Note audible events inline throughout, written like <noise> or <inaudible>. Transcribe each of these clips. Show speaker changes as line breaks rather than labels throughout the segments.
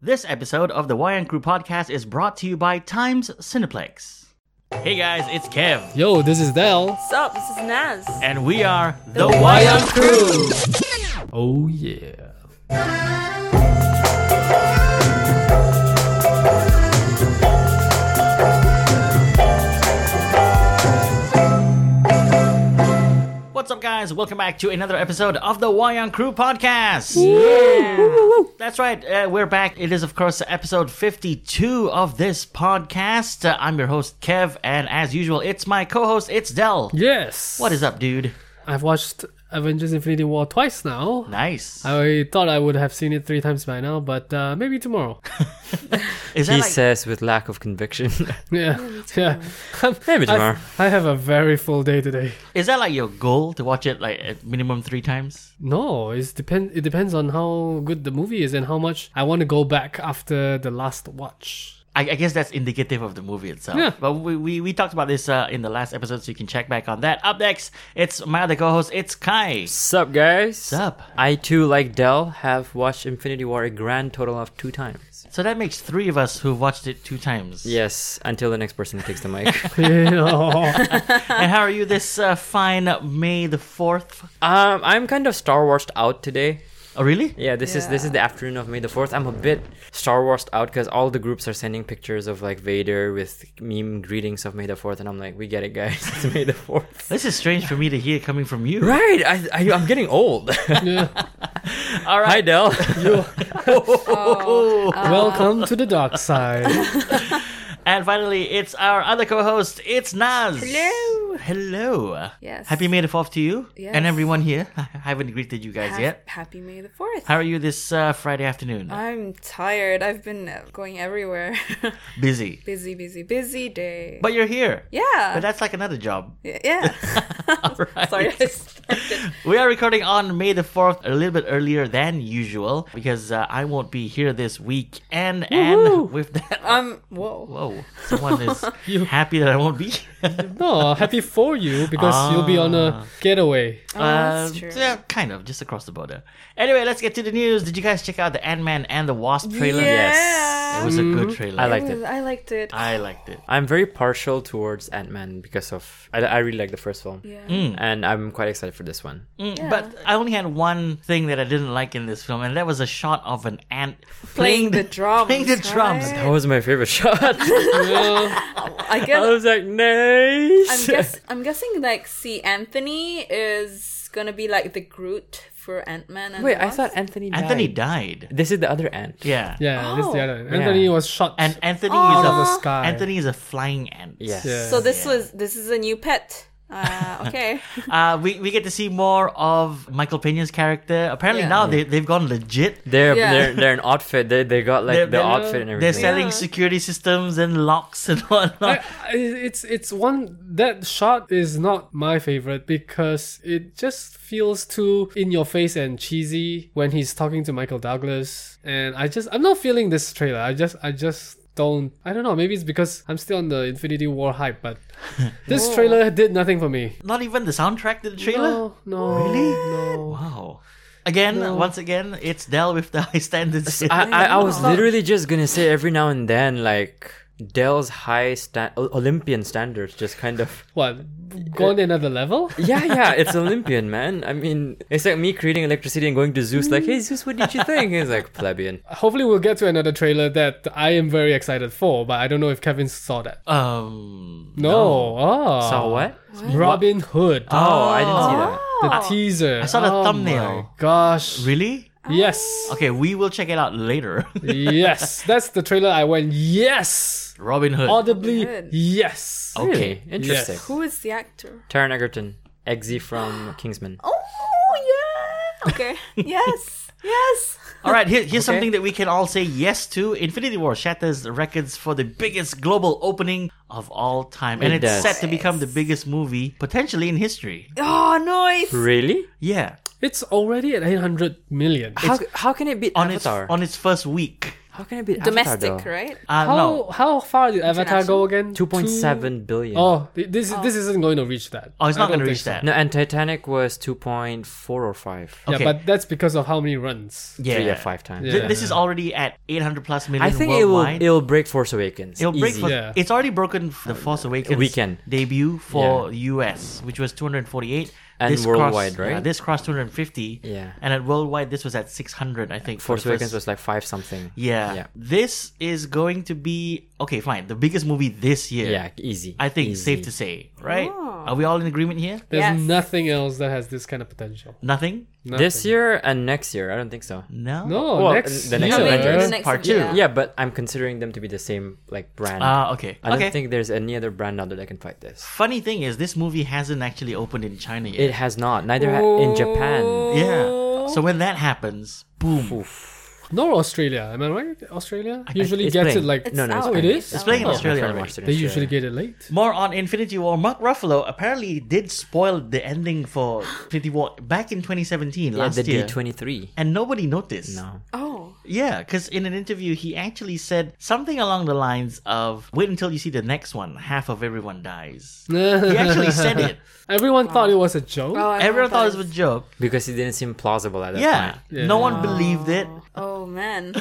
This episode of the YN Crew podcast is brought to you by Times Cineplex. Hey guys, it's Kev,
Yo, this is Dell.
Sup, this is Naz.
and we are the, YN Crew.
Oh yeah.
What's up, guys? Welcome back to another episode of the YN Crew podcast. That's right, uh, we're back. It is, of course, episode 52 of this podcast. Uh, I'm your host, Kev, and as usual, it's my co host, it's Dell.
Yes.
What is up, dude?
I've watched Avengers: Infinity War twice now.
Nice.
I thought I would have seen it three times by now, but uh, maybe tomorrow. <laughs>
Is that
He
like-
says with lack of conviction. <laughs>
yeah, yeah.
Maybe tomorrow.
I, I have a very full day today.
is that like your goal to watch it like at minimum three times?
No, it's depend. It depends on how good the movie is and how much I want to go back after the last watch. <laughs>
I, I guess that's indicative of the movie itself.
Yeah.
But we, we, we talked about this uh, in the last episode, so you can check back on that. Up next, it's my other co-host, it's Kai.
Sup, guys?
Sup.
I too, like Dell, have watched Infinity War a grand total of two times.
So that makes three of us who've watched it two times.
Yes, until the next person takes the mic.
<laughs>
<laughs>
Yeah.
and how are you this uh, fine May the 4th?
um, I'm kind of Star Warsed out today.
Oh, really?
Yeah, this is this is the afternoon of May the Fourth. I'm a bit Star Warsed out because all the groups are sending pictures of like Vader with meme greetings of May the Fourth, and I'm like, we get it, guys. <laughs> It's May the Fourth.
This is strange for me to hear coming from you.
Right, I, I I'm getting old.
Yeah.
All
<laughs> Hi,
right.
Dell.
Oh,
Welcome to the dark side.
And finally, it's our other co-host, it's Naz. Hello. Hello.
Yes.
Happy May the 4th to you
Yes.
and everyone here. <laughs> I haven't greeted you guys
ha-
yet.
Happy May the 4th.
How are you this uh, Friday afternoon?
I'm tired. I've been uh, going everywhere. <laughs>
Busy.
busy, busy, busy day.
But you're here. But
yeah.
that's like another
<laughs>
job.
yeah. Sorry, I started.
<laughs> We are recording on May the 4th a little bit earlier than usual because uh, I won't be here this week. And and with that,
Um, whoa.
whoa, someone
<laughs>
is happy that I won't be.
No, happy for you because you'll be on
Ah.
a getaway.
<laughs>
Oh, that's
Uh,
true.
Yeah, kind of, just across the border. Anyway, let's get to the news. Did you guys check out the Ant Man and the Wasp trailer?
Yeah.
It was a good trailer.
<laughs> I
It
liked it.
was- I liked it.
I liked it.
I'm very partial towards Ant Man because of I, I really like the first film,
yeah.
Hmm.
and I'm quite excited for this one.
Mm, But I only had one thing that I didn't like in this film, and that was a shot of an ant
Playing the drums.
Playing the drums.
right?
That was my favorite <laughs>
<laughs>
shot.
Yeah.
I
<laughs> I
guess.
was like, nice.
I'm guess. I'm guessing like C. Anthony is gonna be like the Groot for Ant Man.
<laughs> Wait, I thought Anthony. Died.
Anthony died.
This is the other ant.
Yeah.
Yeah, this is the
Oh.
other. Anthony was shot
And Anthony is
out
a
of the sky.
Anthony is a flying ant.
Yes.
Yeah.
So this was. This is a new pet. Uh, okay.
Uh, we, we get to see more of Michael Pena's character. Apparently
Yeah.
now they, they've gone legit.
They're
Yeah.
they're they're an outfit. They they got like
They're-
the
they're-
outfit and
They're
everything.
selling
Yeah.
security systems and locks and <laughs>
I,
whatnot.
I- <laughs> it's it's one that shot is not my favorite because it just feels too in your face and cheesy when he's talking to Michael Douglas and I just I'm not feeling this trailer I just I just don't I don't know maybe it's because I'm still on the Infinity War hype but this trailer did nothing for me
Not even the soundtrack to the trailer.
no no really no
Wow. Again, once again, it's Dell with the <laughs> high standards. <laughs>
I, I I was
Wow.
literally just gonna say every now and then like Dell's high sta- O- Olympian standards just kind of
what gone to another level
yeah yeah it's Olympian man I mean it's like me creating electricity and going to Zeus like hey Zeus what did you think he's like
<laughs>
plebeian
hopefully we'll get to another trailer that I am very excited for but I don't know if Kevin saw that
Uh, um,
no, oh
saw what
Robin Hood.
Ah,
oh I didn't see that
the
Oh.
teaser. I
saw the
oh
thumbnail.
My gosh.
really?
Yes.
Okay, we will check it out later.
yes. That's the trailer I went, yes.
<laughs> Robin Hood.
Audibly,
Good.
yes.
Okay.
Really? interesting
Yes.
Who is the actor?
Taron Egerton Eggsy from Kingsman
Oh yeah. Okay. <laughs> Yes. yes.
All right, here, here's
Okay.
something that we can all say yes to. Infinity War shatters records for the biggest global opening of all time, and
It
it's
does.
set to become the biggest movie potentially in history.
Oh nice.
really
Yeah,
It's already at 800 million.
how, how can it beat
on its
Avatar
on its first week.
How can it be
Domestic,
Avatar,
right?
Uh,
How
no.
how far did Avatar go again?
Two point seven billion.
Oh, th- this is this isn't going to reach that.
Oh, it's
I
not going to
don't think
reach
so.
that.
No, and Titanic was two point four or five.
Yeah,
Okay.
but that's because of how many runs.
Oh, yeah.
Three or five times.
Th-
Yeah.
This is already at 800 plus million
I think it will
worldwide.
it'll break Force Awakens.
It'll break.
Easy.
For,
Yeah.
It's already broken f- the Force Awakens
Weekend.
debut for US, which was 248.
And worldwide,
crossed,
right?
yeah, this crossed 250.
Yeah.
And at worldwide, this was at 600, I think. for
Force
the first-
Awakens was like five something.
Yeah.
Yeah.
This is going to be okay. Fine. The biggest movie this year.
Yeah, easy.
I think
easy.
safe to say, right? Are we all in agreement here?
There's
Yes.
nothing else that has this kind of potential.
Nothing.
Nothing.
This year and next year, I don't think so.
No.
No,
Well,
next
the next
year.
Avengers.
The next
Part
one,
two.
Yeah, but I'm considering them to be the same like brand.
Ah. okay.
I don't
okay.
think there's any other brand out there that can fight this.
Funny thing is, this movie hasn't actually opened in China yet.
It has not. Neither ha- in Japan.
yeah. So when that happens, boom.
Nor Australia. Am I right? Australia usually
it's
gets
playing.
it like
no, no, it's
out.
Oh, it
playing.
is? It's
playing in
Oh.
Australia
My friend
already.
watched it in
they usually
Australia.
get it late.
More on Infinity War. Mark Ruffalo apparently did spoil the ending for Infinity War back in 2017
yeah,
last
the
year,
D23.
and nobody noticed.
No.
Oh.
Yeah, because in an interview, he actually said something along the lines of, "Wait until you see the next one. Half of everyone dies." He actually said it.
Everyone thought it was a joke.
oh I
Everyone thought it
thought
was a joke.
Because it didn't seem plausible at that
Yeah,
point.
no one believed it.
Oh man.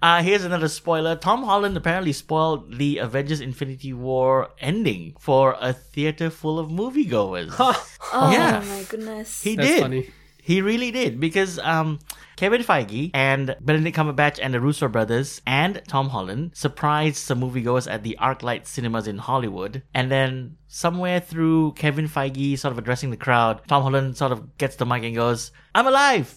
Uh, here's another spoiler. Tom Holland apparently spoiled the Avengers Infinity War ending for a theater full of moviegoers.
Oh
Yeah.
my goodness.
He
Ah, That's
did.
funny.
He really did because um, Kevin Feige and Benedict Cumberbatch and the Russo brothers and Tom Holland surprised some moviegoers at the ArcLight cinemas in Hollywood, and then somewhere through Kevin Feige sort of addressing the crowd, Tom Holland sort of gets the mic and goes, "I'm alive."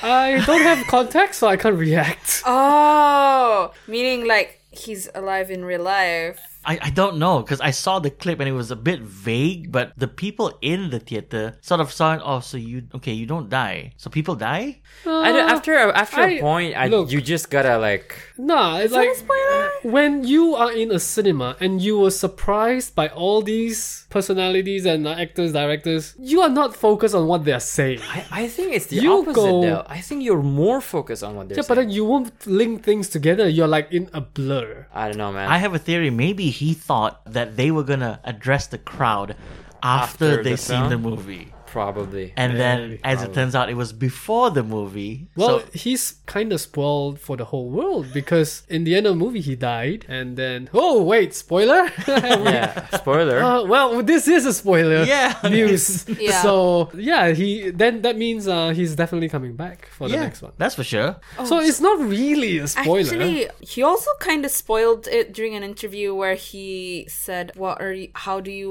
I don't have context, so I can't react.
oh, meaning like he's alive in real life.
I, I don't know because I saw the clip and it was a bit vague, but the people in the theater sort of saw it. Oh, so you okay? You don't die. So people die.
I
Ah,
don't, after a, after a
Uh, I-
point, I,
look.
you just gotta like.
Nah, it's
Like,
like
spoiler?
when you are in a cinema and you were surprised by all these personalities and uh, actors, directors, you are not focused on what they are saying.
I, I think it's the
You
opposite.
go-
though. I think you're more focused on what they're
Yeah, but
saying.
then you won't link things together. You're like in a blur.
I don't know, man.
I have a theory. Maybe he thought that they were gonna address the crowd after,
After
they
the
seen
film?
the movie,
Probably.
and then
Maybe.
as it turns out, it was before the movie.
Well,
so
he's kind of spoiled for the whole world because in the end of the movie he died, and then oh wait, spoiler. <laughs>
<laughs>
yeah. Spoiler.
Oh,
Uh, well, this is a spoiler.
Yeah.
<laughs> News.
Yeah.
So yeah, he then that means uh, he's definitely coming back for the
yeah,
next one.
that's for sure.
so it's not really a spoiler.
Oh, Actually, he also kind of spoiled it during an interview where he said, "What are you? How do you?"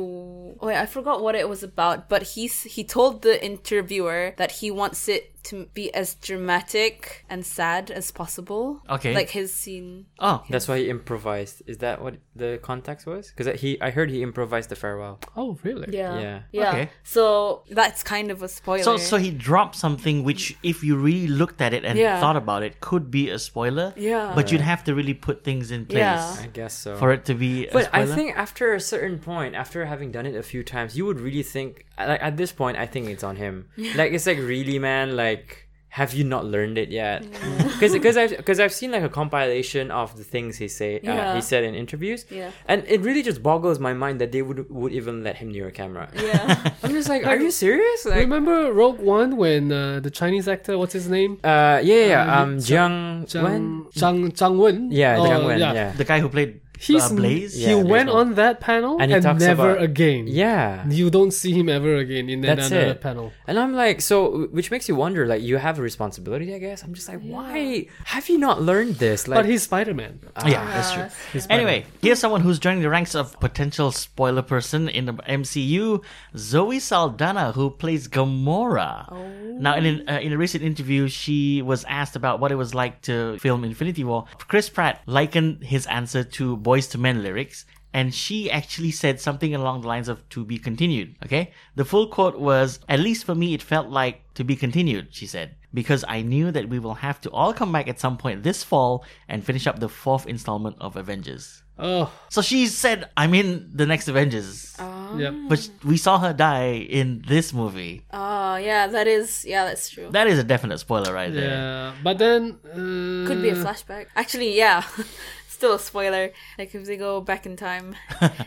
Wait, I forgot what it was about, but he s- he told the interviewer that he wants it to be as dramatic and sad as possible.
Okay.
like his scene.
Oh,
That's why he improvised. Is that what the context was? Because he, I heard he improvised the farewell.
oh really?
Yeah,
Yeah.
yeah.
Okay.
So that's kind of a spoiler.
so so he dropped something which, if you really looked at it and
Yeah.
thought about it, could be a spoiler.
Yeah.
but you'd have to really put things in place
Yeah.
I guess so.
for it to be. a
but I
spoiler.
think <laughs> after a certain point, after having done it a few times, you would really think. Like at this point, I think it's on
<laughs>
him. Like it's like really, man. Like have you not learned it yet? <laughs> Because I've because I've seen like a compilation of the things he say uh,
Yeah.
he said in interviews.
Yeah.
and it really just boggles my mind that they would would even let him near a camera.
yeah,
I'm just like, are you serious? Like,
Remember Rogue One when uh, the Chinese actor, what's his name?
uh, yeah, yeah. Um, Jiang Wen.
Zhang Zhang Zhang Wen.
Yeah,
Oh,
Jiang Wen. Yeah.
<laughs> the guy who played
He's
uh, Blaze.
He
Yeah,
went
Blaze Wen.
on that panel
And
and,
he talks
never
about-
again.
Yeah.
You don't see him ever again in
That's
another
it.
panel.
And I'm like, so, which makes you wonder, like, you have a responsibility, I guess. I'm just like, why have you not learned this? Like, ah,
But he's Spider Man.
Yeah, <laughs> that's true. Anyway, here's someone who's joining the ranks of potential spoiler person in the MCU, Zoe Saldana, who plays Gamora. Now, in an, uh, in a recent interview, she was asked about what it was like to film Infinity War. Chris Pratt likened his answer to Boys to Men lyrics. And she actually said something along the lines of to be continued. Okay? The full quote was, at least for me, it felt like to be continued, she said. because I knew that we will have to all come back at some point this fall and finish up the fourth installment of Avengers.
Oh,
So she said, I'm in the next Avengers.
Oh.
yep.
Ah.
But sh- we saw her die in this movie.
Oh, yeah, that is. Yeah, that's true.
That is a definite spoiler right there.
Yeah, but then uh,
Could
Mm.
be a flashback. Actually, yeah. <laughs> Still a spoiler. Like if they go back in
<laughs>
time,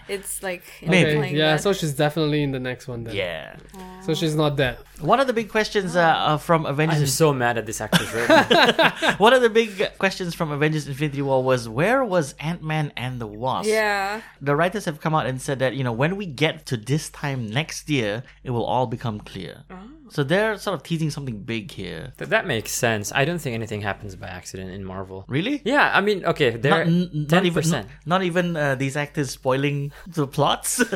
it's like
Maybe.
Okay,
implying
yeah,
that-
so she's definitely in the next one then.
Yeah.
So she's not dead.
One of the big questions uh,
Oh.
uh, from <laughs>
I'm
Avengers.
so mad at this actress right now.
<laughs>
One of the big questions from Avengers Infinity War was where was Ant Man and the Wasp?
yeah.
The writers have come out and said that, you know, when we get to this time next year, it will all become clear.
Oh.
So they're sort of teasing something big here.
Th- that makes sense. I don't think anything happens by accident in Marvel.
Really?
Yeah, I mean, okay,
Not,
they're
n- n- not
ten
even,
percent.
not even uh, these actors spoiling the plots. <laughs>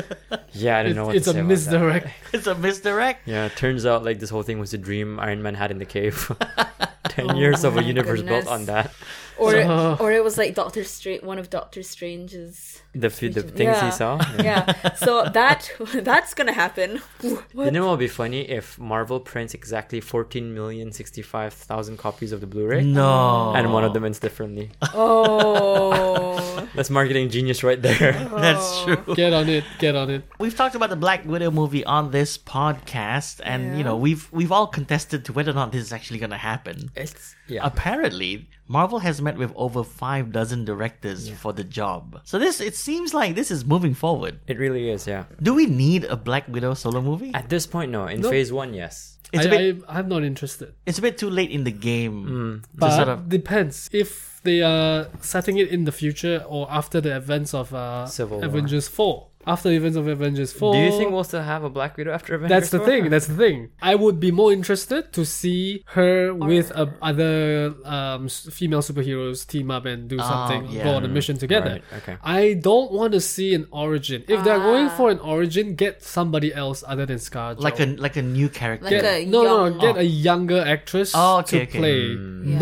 Yeah, I don't
It's,
know what
it's
to
a
say about that. <laughs>
misdirect.
it's a misdirect.
Yeah, it turns out like this whole thing was a dream Iron Man had in the cave. <laughs> Ten years of
Oh my
a universe
goodness.
built on that.
Or
So-
or it was like Doctor Strange, one of Doctor Strange's.
The few, the things
Yeah.
he saw.
<laughs> Yeah. so that <laughs> that's gonna happen.
You know what would be funny if Marvel prints exactly fourteen million sixty-five thousand copies of the Blu-ray,
No.
and one of them ends differently.
Oh.
That's marketing genius
<laughs>
right there.
<laughs> That's
Oh.
true. <laughs>
Get on it. Get on it.
We've talked about the Black Widow movie on this podcast, and you know we've we've all contested to whether or not this is actually going to happen.
It's yeah.
Apparently, Marvel has met with over five dozen directors for the job. So this it seems like this is moving forward.
It really is, yeah.
Do we need a Black Widow solo movie?
At this point, no. In phase one, yes.
It's
I, Hmm.
a bit
I, I'm not interested.
it's a bit too late in the game.
But
sort of-
depends if they are setting it in the future or after the events of uh,
Civil War.
Avengers Four. After the events of Avengers Four,
Do you think we'll still have a Black Widow after Avengers?
Oh. that's the
4?
thing. That's the thing. I would be more interested to see her with uh, other um, s- female superheroes team up and do something,
yeah.
go on a mission together.
Right, okay.
I don't want to see an origin. If they're going
Ah.
for an origin, get somebody else other than Scarlett.
Like a like a new character.
Like a-
no, no,
young-
no, get a younger actress
Oh, okay,
to
okay.
play,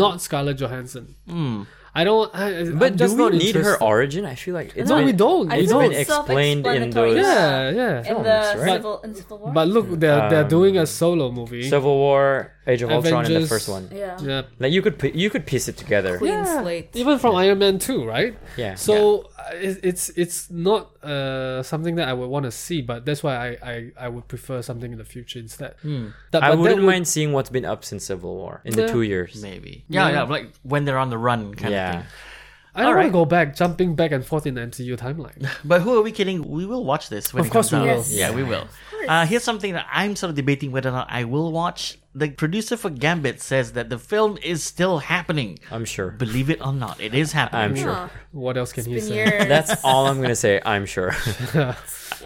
not Scarlett Johansson. I don't. I, I- I'm
But
just
do we
not
need her
interested.
origin? I feel like it's
No,
been-
we don't. we
I
<laughs> It's
feel
don't.
been
it's
explained in
self-explanatory.
those
yeah, yeah.
In
films,
the
right?
civil in civil war.
But look, they're they're
Um,
doing a solo movie.
Civil War, Age of Ultron, and
Avengers.
the first one.
yeah.
yeah.
Like you could pi- you could piece it together.
Clean slate.
Even from Iron Man 2, right?
Yeah.
So uh, it- it's it's not uh, something that I would want to see, but that's why I, I, I would prefer something in the future instead. That-
Hmm. I
but that
wouldn't
would-
mind seeing what's been up since Civil War in the
Yeah.
two years.
Maybe. Yeah, yeah,
Yeah.
like when they're on the run kind of
Yeah.
thing.
I don't
Alright.
want to go back, jumping back and forth in the MCU
<laughs>
timeline.
But who are we kidding? We will watch this when it
Of course
comes
we
out.
will. Yes.
Yeah, we will. Uh, here's something that I'm sort of debating whether or not I will watch. The producer for Gambit says that the film is still happening.
Uh,
I'm sure.
Believe it or not, it is happening.
I'm sure.
Huh.
What else can he
Been
say?
years.
<laughs> That's all I'm gonna say. I'm sure.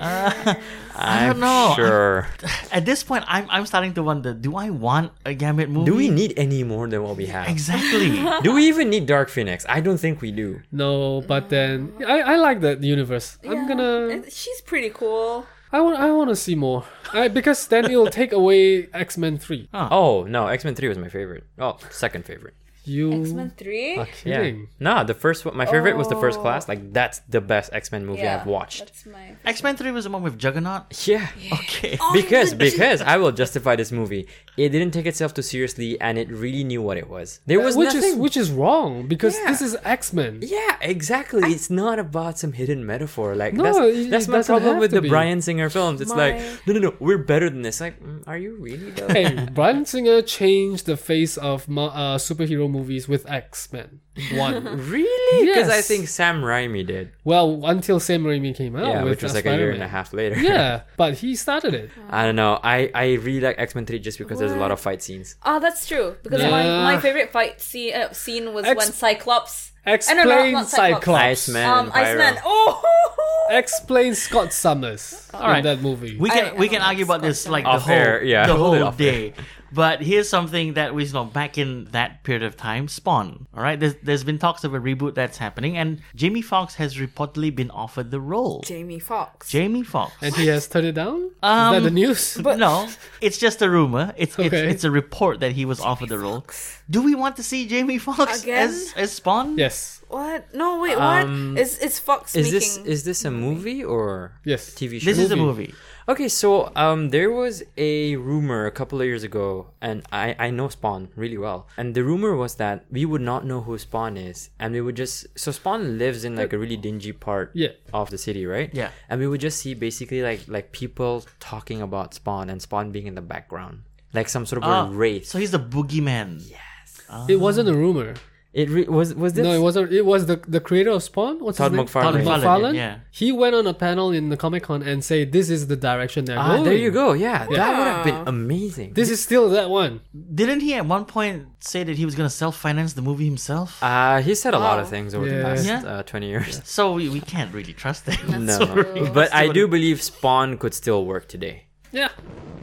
I'm
don't know.
sure.
At this point, I'm I'm starting to wonder: Do I want a Gambit movie?
Do we need any more than what we have?
exactly?
Do we even need Dark Phoenix? I don't think we do.
<laughs> No, but then I, I like that universe.
Mm. Yeah.
I'm gonna
It- She's pretty cool.
I want I want to see more. I, because then it'll
<laughs>
take away X Men Three.
Uh,
Oh no, X Men Three was my favorite. Oh, second favorite.
You
X Men Three.
are
Yeah.
kidding.
Nah, the first one. My favorite was the first
Oh.
class. Like that's the best X Men movie I've watched.
That's my.
X Men Three was the one with Juggernaut.
<laughs> Yeah.
Okay.
Because because I will justify this movie. It didn't take itself too seriously, and it really knew what it was. There was
which is
nothing.
which is wrong because
Yeah.
this is X Men.
yeah, exactly. it's not about some hidden metaphor. Like
No,
that's
it-
that's
it
my
doesn't
problem
have
with
to
the
be.
Brian Singer films. It's like
My-
no, no, no. We're better than this. Like, mm, are you really? Though?
Hey, Brian Singer changed the face of mo- uh, superhero movies with X Men
<laughs>
One.
Really? Because I
Yes.
think Sam Raimi did.
well, until Sam Raimi came out,
yeah,
with
which was
uh,
like a year and a
Spider-Man.
half later.
Yeah, but he started it.
<laughs> I don't know. I, I really like X Men Three just because there's a lot of fight scenes.
Ah, that's true. Because my, my
Yeah.
favorite fight scene, uh, scene was
Ex-
when Cyclops. I don't know, not-
Explain
not
Cyclops.
Iceman.
Um,
and Pyro.
Iceman. Oh.
Explain Scott Summers in
right.
that movie.
We
I-
can
I
we
don't
can
like
argue about
Scott
this like the
Off
whole
air, yeah.
the
Hold it
whole
off air.
day. But here's something that was you know back in that period of time, Spawn. All right, there's there's been talks of a reboot that's happening, and Jamie Foxx has reportedly been offered the role.
Jamie Fox.
Jamie Foxx.
and he has turned it down.
Um,
is that the news? <laughs>
no, it's just a rumor. It's
Okay.
it's, it's a report that he was offered the role. Do we want to see Jamie Foxx
Again?
as as Spawn?
Yeah, Yes.
What? No, wait.
Um,
what? Is is Fox
Is
making?
this is this a movie or
Yes.
TV show?
This is a movie.
Okay, so um, there was a rumor a couple of years ago, and I, I know Spawn really well. And the rumor was that we would not know who Spawn is, and we would just so Spawn lives in like a really dingy part
Yeah.
of the city, right?
Yeah.
And we would just see basically like like people talking about Spawn and Spawn being in the background, like some sort of
Ah,
a race.
So he's the boogeyman. Yeah.
It wasn't a rumor.
It re- was was this
No, it wasn't. It was the the creator of Spawn. What's
Todd
his name?
Todd
McFarlane.
McFarlane,
McFarlane.
yeah.
He went on a panel in the Comic Con and say, "This is the direction they're
Ah,
going."
there you go. Yeah, that would have been amazing.
This is still that one.
Didn't he at one point say that he was gonna self-finance the movie himself?
uh, he said a lot of
Wow.
things over the
Yeah.
past
Yeah.
uh, twenty years.
so we, we can't really trust him.
No,
<laughs> Sorry.
but I do believe Spawn could still work today.
Yeah.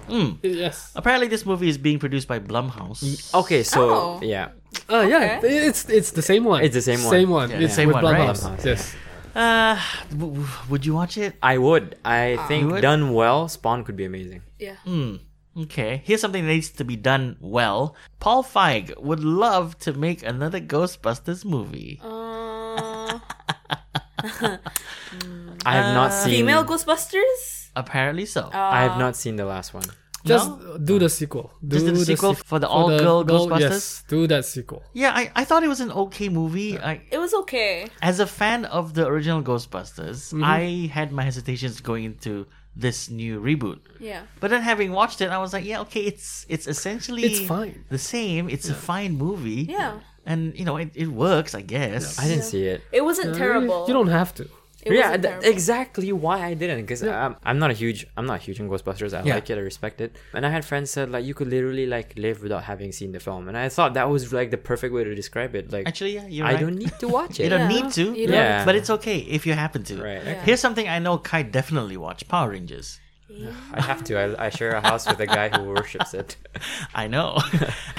Hmm.
Yes.
Apparently, this movie is being produced by Blumhouse.
Okay, so
Oh.
yeah,
Uh, yeah. It's it's the same one.
It's the same one.
Same one.
Yeah.
it's
Same
with
one, right?
Blumhouse. Yes.
Uh, w- w- would you watch it?
I would. I
Ah.
think
would?
done well, Spawn could be amazing.
yeah.
Okay, here's something that needs to be done well. Paul Feig would love to make another Ghostbusters movie.
Uh,
I have not seen.
Uh, female Ghostbusters.
Apparently so.
I have not seen the last one.
Just
No?
do the sequel. Do
Just do the sequel
sequ-
for the all-girl
girl-
Ghostbusters?
Yes. Do that sequel.
yeah, I, I thought it was an okay movie. I,
It was okay.
as a fan of the original Ghostbusters,
Mm-hmm.
I had my hesitations going into this new reboot.
Yeah.
But then having watched it, I was like, yeah, okay, it's it's essentially
It's fine.
the same. It's a fine movie.
Yeah.
And you know, it, it works, I guess.
I didn't see it.
It wasn't terrible.
You don't have to.
It
yeah,
wasn't
th-
terrible.
exactly why I didn't. Because I'm, I'm not a huge. I'm not huge in Ghostbusters. I
Yeah.
like it. I respect it. And I had friends said like you could literally like live without having seen the film, and I thought that was like the perfect way to describe it. Like
Actually, yeah, you're
I
right.
don't need to watch it.
you don't
Yeah.
need to.
You
don't Yeah. need to.
<laughs> But it's okay if you happen to.
Right. Yeah.
Here's something I know Kai definitely watched Power Rangers.
I have to. I, I share a house with a guy who worships
<laughs>
it.
I know.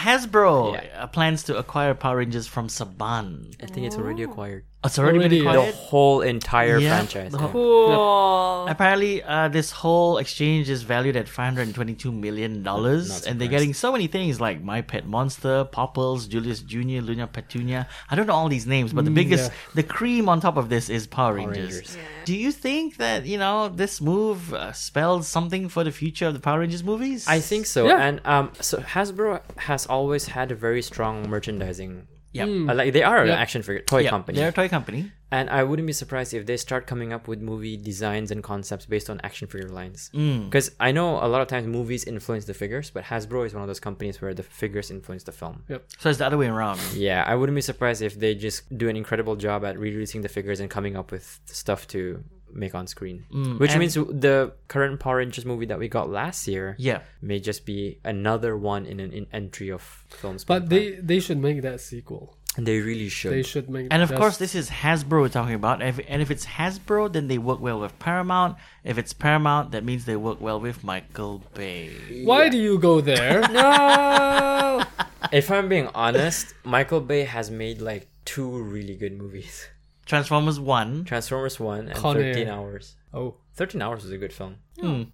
Hasbro
Yeah.
uh, plans to acquire Power Rangers from Saban.
I think it's already acquired.
Oh, It's already,
Already.
been
The
acquired.
whole entire
Yeah.
franchise.
The whole-
Cool.
Apparently, uh, this whole exchange is valued at five hundred twenty-two million dollars, and they're
surprised.
getting so many things like My Pet Monster, Popples, Julius Junior, Luna Petunia. I don't know all these names, but the biggest,
yeah.
the cream on top of this is Power Rangers.
Mm, Rangers.
Do you think that you know this move uh, spells something for the future of the Power Rangers movies?
I think so.
Yeah.
And um, so Hasbro has always had a very strong merchandising.
Yep.
Uh, like they are an
Hmm. Yeah.
action figure toy
Yeah,
company,
They're a toy company.
and I wouldn't be surprised if they start coming up with movie designs and concepts based on action figure lines.
Hmm.
Because I know a lot of times movies influence the figures, but Hasbro is one of those companies where the figures influence the film.
Yep.
So it's the other way around.
Yeah, I wouldn't be surprised if they just do an incredible job at re-releasing the figures and coming up with stuff to make on screen.
Mm,
Which
and-
means the current Power Rangers movie that we got last year
Yeah.
may just be another one in an in entry of films.
But they they should make that sequel.
they really should.
They should make.
And of
just-
course, this is Hasbro we're talking about. If- And if it's Hasbro, then they work well with Paramount. If it's Paramount, that means they work well with Michael Bay.
Why do you go there?
No.
<laughs> if I'm being honest, Michael Bay has made like two really good movies: <laughs>
Transformers 1.
Transformers One and
Con Air.
Thirteen Hours.
oh,
Thirteen Hours was a good film.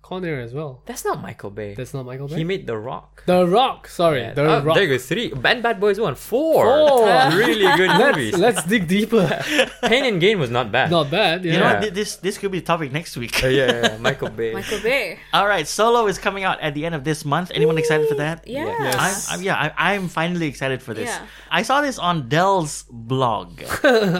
Con Air as well.
That's not Michael Bay.
That's not Michael Bay.
he made The Rock.
the Rock. Sorry, The
Oh,
Rock.
There you go. Three. Bad Bad Boys One. Four.
Four.
really good
<laughs>
movies.
Let's
<laughs>
dig deeper.
Pain and Gain was not bad.
not bad. Yeah.
You know what?
Yeah.
Th- This, this could be the topic next week.
Uh, yeah, yeah, yeah, <laughs> Michael Bay.
Michael Bay.
<laughs> All right, Solo is coming out at the end of this month. Anyone excited for that?
Yeah.
Yes.
I'm, I'm, yeah, I, I'm finally excited for this.
Yeah.
I saw this on Dell's
<laughs>
blog.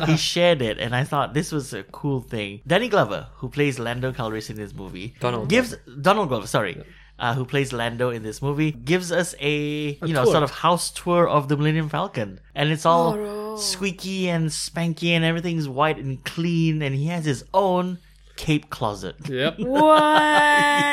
he shared it, and I thought this was a cool thing. Danny Glover, who plays Lando Calrissian in this movie,
Donald
gives Donald Glover, sorry, uh, who plays Lando in this movie, gives us a you know
tour.
sort of house tour of the Millennium Falcon, and it's all
Oh.
squeaky and spanky, and everything's white and clean, and he has his own cape closet.
Yep.
What?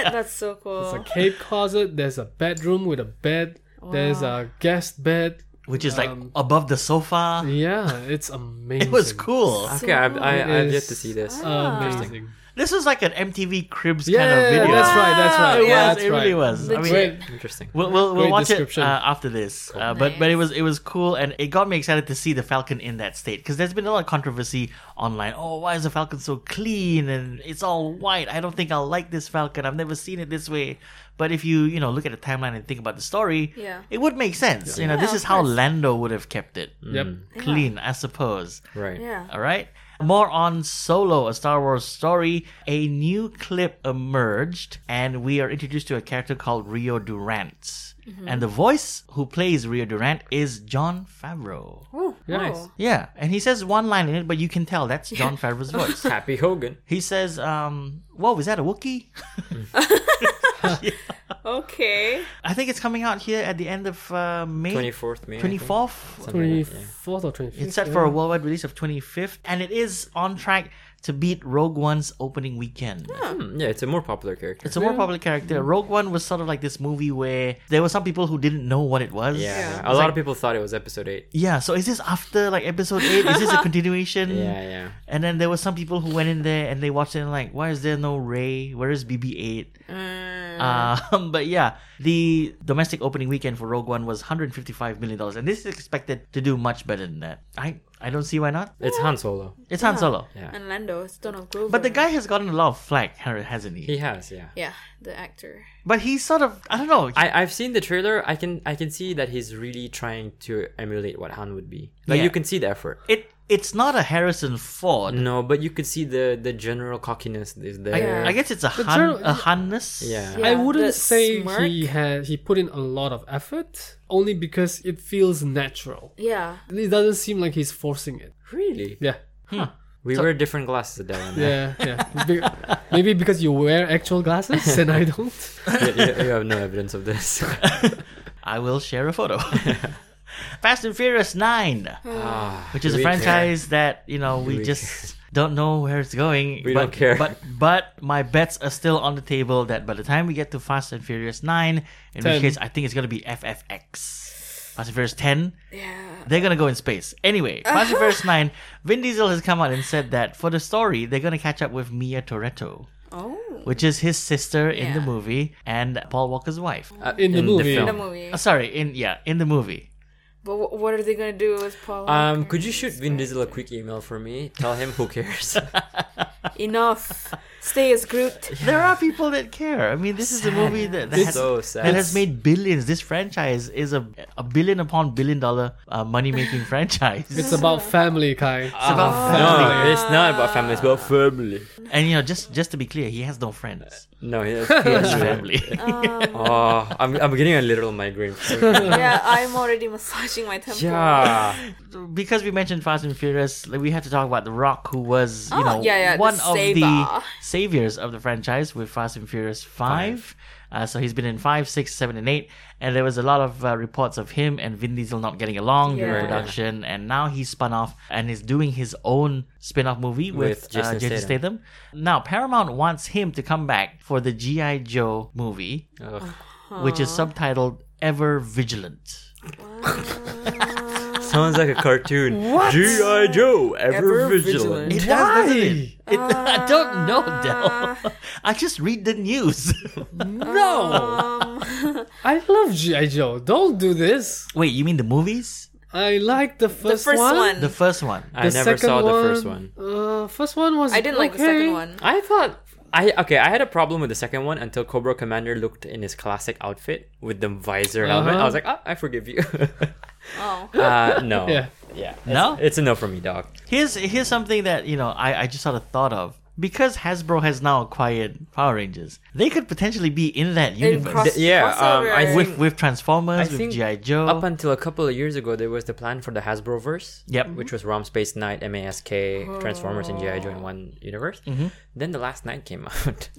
That's so cool.
It's a cape closet. There's a bedroom with a bed. There's a guest bed.
Which is like
Um,
above the sofa.
Yeah, it's <laughs> amazing.
It was cool.
Uh,
Okay, I, I, I've yet to see this.
Amazing.
This was like an MTV Cribs
Yeah,
kind of
yeah,
video.
that's right, that's right.
It
yeah,
was.
that's
it
right.
really was. I mean,
Legit.
Wait,
Interesting.
We'll, we'll, we'll
Great
watch it uh,
description.
after this, uh, but but it was it was cool and it got me excited to see the Falcon in that state because there's been a lot of controversy online. Oh, why is the Falcon so clean and it's all white? I don't think I'll like this Falcon. I've never seen it this way. But if you you know look at the timeline and think about the story,
Yeah.
it would make sense. You know,
Yeah,
this is
of
how
course. Mm.
Lando would have kept it
Yep.
clean, I suppose.
<laughs> Right.
Yeah.
All right. More on Solo, a Star Wars story. A new clip emerged, and we are introduced to a character called Rio Durant.
Mm-hmm.
And the voice who plays Rio Durant is John Favreau.
Ooh,
Nice.
wow.
Yeah, and he says one line in it, but you can tell that's
<laughs>
John Favreau's voice.
Happy Hogan.
He says, um, Whoa, is that a Wookiee? <laughs>
Okay.
I think it's coming out here at the end of uh, May.
24th May. I think.
24th?
Something
Twenty
like that, yeah.
fourth or twenty fifth.
It's set for a worldwide release of 25th, and it is on track to beat Rogue One's opening weekend.
Hmm, yeah, it's a more popular character.
It's a more popular character. Rogue One was sort of like this movie where there were some people who didn't know what it was.
yeah.
Yeah.
A lot of people thought it was episode 8.
Yeah, so is this after like episode 8? Is this a continuation?
Yeah, yeah.
And then there were some people who went in there and they watched it and like, why is there no Ray? Where is BB-8?
Uh,
Um, <laughs> but yeah, the domestic opening weekend for Rogue One was 155 million dollars, and this is expected to do much better than that. I I don't see why not.
It's Han Solo.
It's Han Solo,
Yeah.
And Lando, it's Donald Glover.
but the guy has gotten a lot of flack, hasn't he?
He has, yeah.
Yeah, the actor.
But he's sort of I don't know.
I, I've seen the trailer. I can I can see that he's really trying to emulate what Han would be. Like
Yeah.
you can see the effort.
it it's not a Harrison Ford.
No, but you could see the the general cockiness is there.
I,
Yeah.
I guess it's a hun,
general-
a hunness.
yeah.
Yeah.
I wouldn't
the
say
smirk.
he had he put in a lot of effort only because it feels natural.
Yeah.
It doesn't seem like he's forcing it.
Really?
Yeah.
We wear different glasses, Adele. and I.
Yeah, yeah. Be- Maybe because you wear actual glasses and I don't.
<laughs> you, you- you have no evidence of this.
I will share a
<laughs>
photo. <laughs> Fast and Furious Nine,
<laughs>
Ah,
which is a
we
franchise that you know we
We
just <laughs> don't know where it's going.
We
but,
don't care.
But but my bets are still on the table that by the time we get to Fast and Furious Nine, in which
Ten.
case I think it's gonna be FFX. Fast and Furious Ten,
Yeah.
they're gonna go in space.
<laughs>
Anyway, Fast and Furious Nine, Vin Diesel has come out and said that for the story they're gonna catch up with Mia Toretto.
Oh.
which is his sister in the
Yeah.
movie and Paul Walker's wife.
care. Uh,
In the movie.
film.
The movie.
Uh, sorry, in yeah, in the movie.
But wh- what are they gonna do with Paul?
Um,
Walker?
could you shoot Vin Diesel a quick email for me? Tell him who cares. <laughs>
Enough. Stay as Groot.
<laughs>
There are people that care. I mean, this is a movie that that,
It's
has,
so sad.
that has made billions. This franchise is a a billion upon billion dollar uh, money
<laughs>
making franchise.
It's about family, Kai.
It's about
Ah.
family.
no, it's not about family. It's about family.
And you know, just just to be clear, he has no friends.
No, he has <laughs>
His
family.
family.
Oh, I'm, I'm getting a literal migraine.
yeah, I'm already massaging my temple.
yeah.
because we mentioned Fast and Furious, like, we have to talk about The Rock, who was you
Oh,
know
yeah, yeah, the
one of the
savior.
saviors of the franchise with Fast and Furious Five. Uh, so he's been in five, six, seven, and eight, and there was a lot of uh, reports of him and Vin Diesel not getting along during
Yeah.
production, and now he's spun off and is doing his own spin-off movie with,
With Jason
uh, Jason Statham. Now Paramount wants him to come back for the GI Joe movie,
Ugh.
which is subtitled Ever Vigilant.
Sounds like a cartoon. G.I. Joe, ever,
Ever
vigilant.
vigilant.
It does, doesn't it? It- <laughs> I don't know,
Uh,
Del. <laughs> I just read the news. <laughs>
No!
Um,
I love G.I. Joe. Don't do this.
Wait, you mean the movies?
I like the first,
first one.
The first one.
I never
second
saw the first one.
Uh, first one was.
I didn't like the
okay.
second one.
I thought I okay. I had a problem with the second one until Cobra Commander looked in his classic outfit with the visor helmet. I
Uh-huh.
was like, ah, I forgive you.
Oh.
uh, no.
Yeah.
Yeah. It's,
No?
It's a no for me, dog.
Here's here's something that you know I, I just sort of thought of because Hasbro has now acquired Power Rangers. They could potentially be in that universe
cross-
Th- yeah. Um,
crossover.
I think,
with with
I
Transformers, with
think
GI Joe.
up until a couple of years ago, there was the plan for the Hasbroverse.
Yep.
Which was ROM Space Knight, MASK, Transformers, and GI Joe in one universe.
Mm-hmm.
Then the last night came <laughs> out.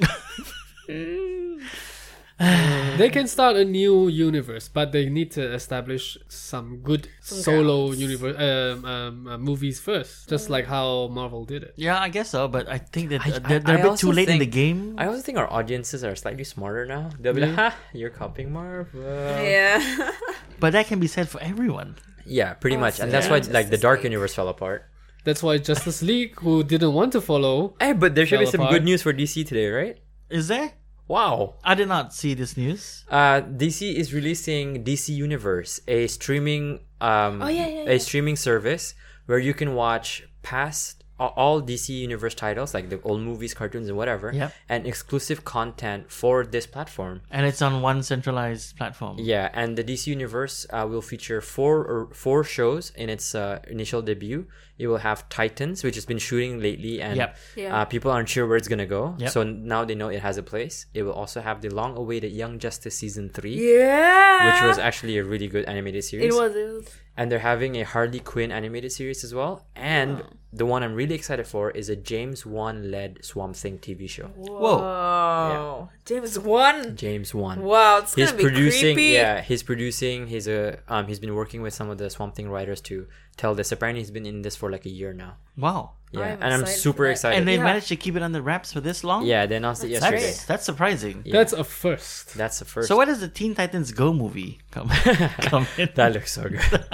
They can start a new universe, but they need to establish some good solo universe um, um, uh, movies first, just like how Marvel did it.
yeah, I guess so, but I think that
I-
uh, they're,
I-
they're
I
a bit
also
too late in the
think-
game.
I also think our audiences are slightly smarter now. They'll be like, ha, you're copying Marvel.
yeah. <laughs>
But that can be said for everyone.
Yeah, pretty much, and that's
yeah.
why
Just
like the
this
Dark
big.
Universe fell apart.
That's why Justice League, who didn't want to follow,
Hey, Eh, but there should be
Fell
some
apart.
good news for DC today, right?
Is there?
Wow.
I did not see this news.
Uh, DC is releasing DC Universe, a streaming um,
Oh, yeah, yeah, yeah.
a streaming service where you can watch past a- all DC Universe titles, like the old movies, cartoons, and whatever,
Yep.
and exclusive content for this platform.
And it's on one centralized platform.
Yeah, and the DC Universe uh, will feature four or four shows in its uh, initial debut. It will have Titans, which has been shooting lately, and
Yep.
Yeah.
Uh, people aren't sure where it's gonna go.
Yep.
So now they know it has a place. It will also have the long-awaited Young Justice season three,
Yeah.
which was actually a really good animated
It
series.
was. It was.
And they're having a Harley Quinn animated series as well. And the one I'm really excited for is a James Wan-led Swamp Thing TV show.
Whoa.
Wow. Oh. James Wan.
James Wan.
Wow, it's
he's
gonna be
producing
creepy.
yeah he's producing he's a um he's been working with some of the swamp thing writers to tell this apparently he's been in this for like a year now
Wow.
yeah
I'm
and i'm
excited
super
for that.
excited
And they
Yeah.
managed to keep it under wraps for this long?
yeah they announced it
That's,
yesterday
that's surprising.
that's a first.
that's the first
So where does the Teen Titans Go movie come, <laughs> come in?
<laughs> that looks so good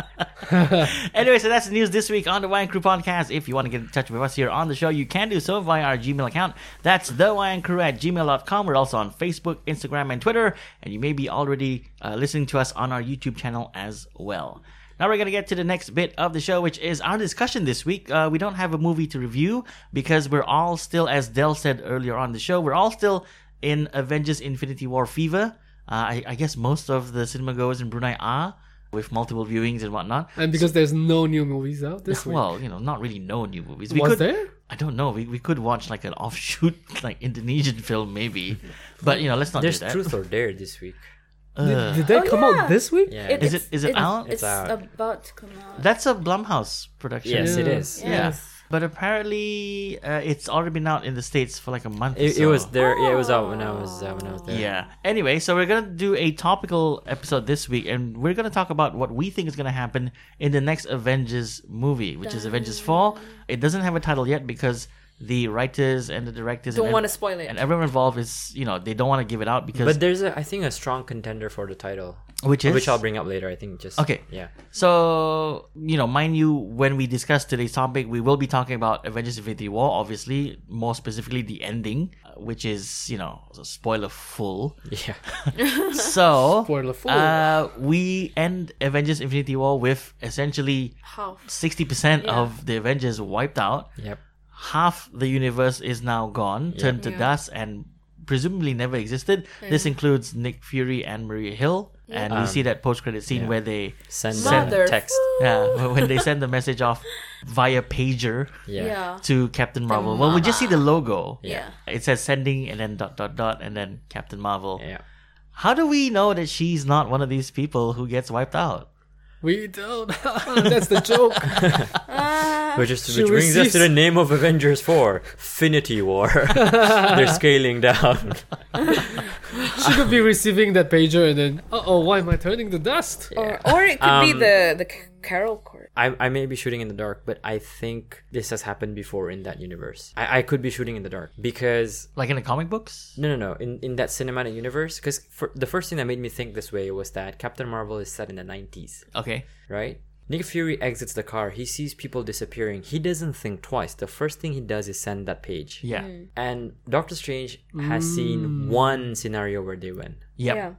Anyway, so that's the news this week on the Wine Crew podcast. If you want to get in touch with us here on the show, you can do so via our Gmail account. That's the Wine Crew at gmail.com. We're also on Facebook, Instagram, and Twitter. And you may be already uh, listening to us on our YouTube channel as well. Now we're going to get to the next bit of the show, which is our discussion this week. Uh, we don't have a movie to review because we're all still, as Dell said earlier on the show, we're all still in Avengers Infinity War fever. Uh, I, I guess most of the cinema goers in Brunei are with multiple viewings and whatnot.
And because there's no new movies out this week.
Well, you know, not really no new movies.
was
could,
there?
I don't know. We, we could watch like an <laughs> offshoot, like Indonesian film, maybe. But you know, let's not
there's
do that.
truth or dare this week
Did,
Ugh.
did that
Oh,
come
yeah.
out this week?
uh, yeah
Is it- is it out?
It's
It's,
out.
about to come out.
That's a Blumhouse production.
yes it
Yeah.
is
Yeah. But apparently, uh, it's already been out in the states for like a month. or
It,
so.
it was there yeah it was out when i was uh, when i was there
Yeah. Anyway, so we're gonna do a topical episode this week, and we're gonna talk about what we think is gonna happen in the next Avengers movie, which is Avengers Four. It doesn't have a title yet because the writers and the directors
Don't
and
want to spoil it.
and everyone involved is you know they don't want to give it out because
but there's a i think a strong contender for the title
Which is?
which i'll bring up later i think just
Okay.
yeah <laughs>
so you know mind you when we discuss today's topic we will be talking about avengers infinity war obviously more specifically the ending uh, which is you know spoiler full
yeah
so
Spoiler full.
uh, we end avengers infinity war with essentially
How?
60% of the avengers wiped out
yep
half the universe is now gone, turned to dust, and presumably never existed. This includes Nick Fury and Maria Hill, and we see that post-credit scene where they
send
Send-
them text
yeah <laughs> when they send the message off via pager
yeah
Yeah.
to Captain Marvel. Well, we just see the logo.
Yeah.
It says sending and then dot dot dot and then Captain Marvel.
yeah
How do we know that she's not one of these people who gets wiped out?
We
<laughs>
don't. Ah, That's the joke.
Which, is,
She
which brings us to the
receives-
name of Avengers 4, Finity War. They're scaling down.
she could be receiving that pager and then, uh oh, why am I turning to dust?
Or, or it could be
Um,
the the c- Carol Court.
I, I may be shooting in the dark, but I think this has happened before in that universe. I, I could be shooting in the dark because.
Like in the comic books?
No, no, no. In, in that cinematic universe, because the first thing that made me think this way was that Captain Marvel is set in the 90s,
Okay.
right? Nick Fury exits the car. He sees people disappearing. He doesn't think twice. The first thing he does is send that page.
Yeah.
Mm,
And Doctor Strange has seen one scenario where they win.
Yep.
Yeah.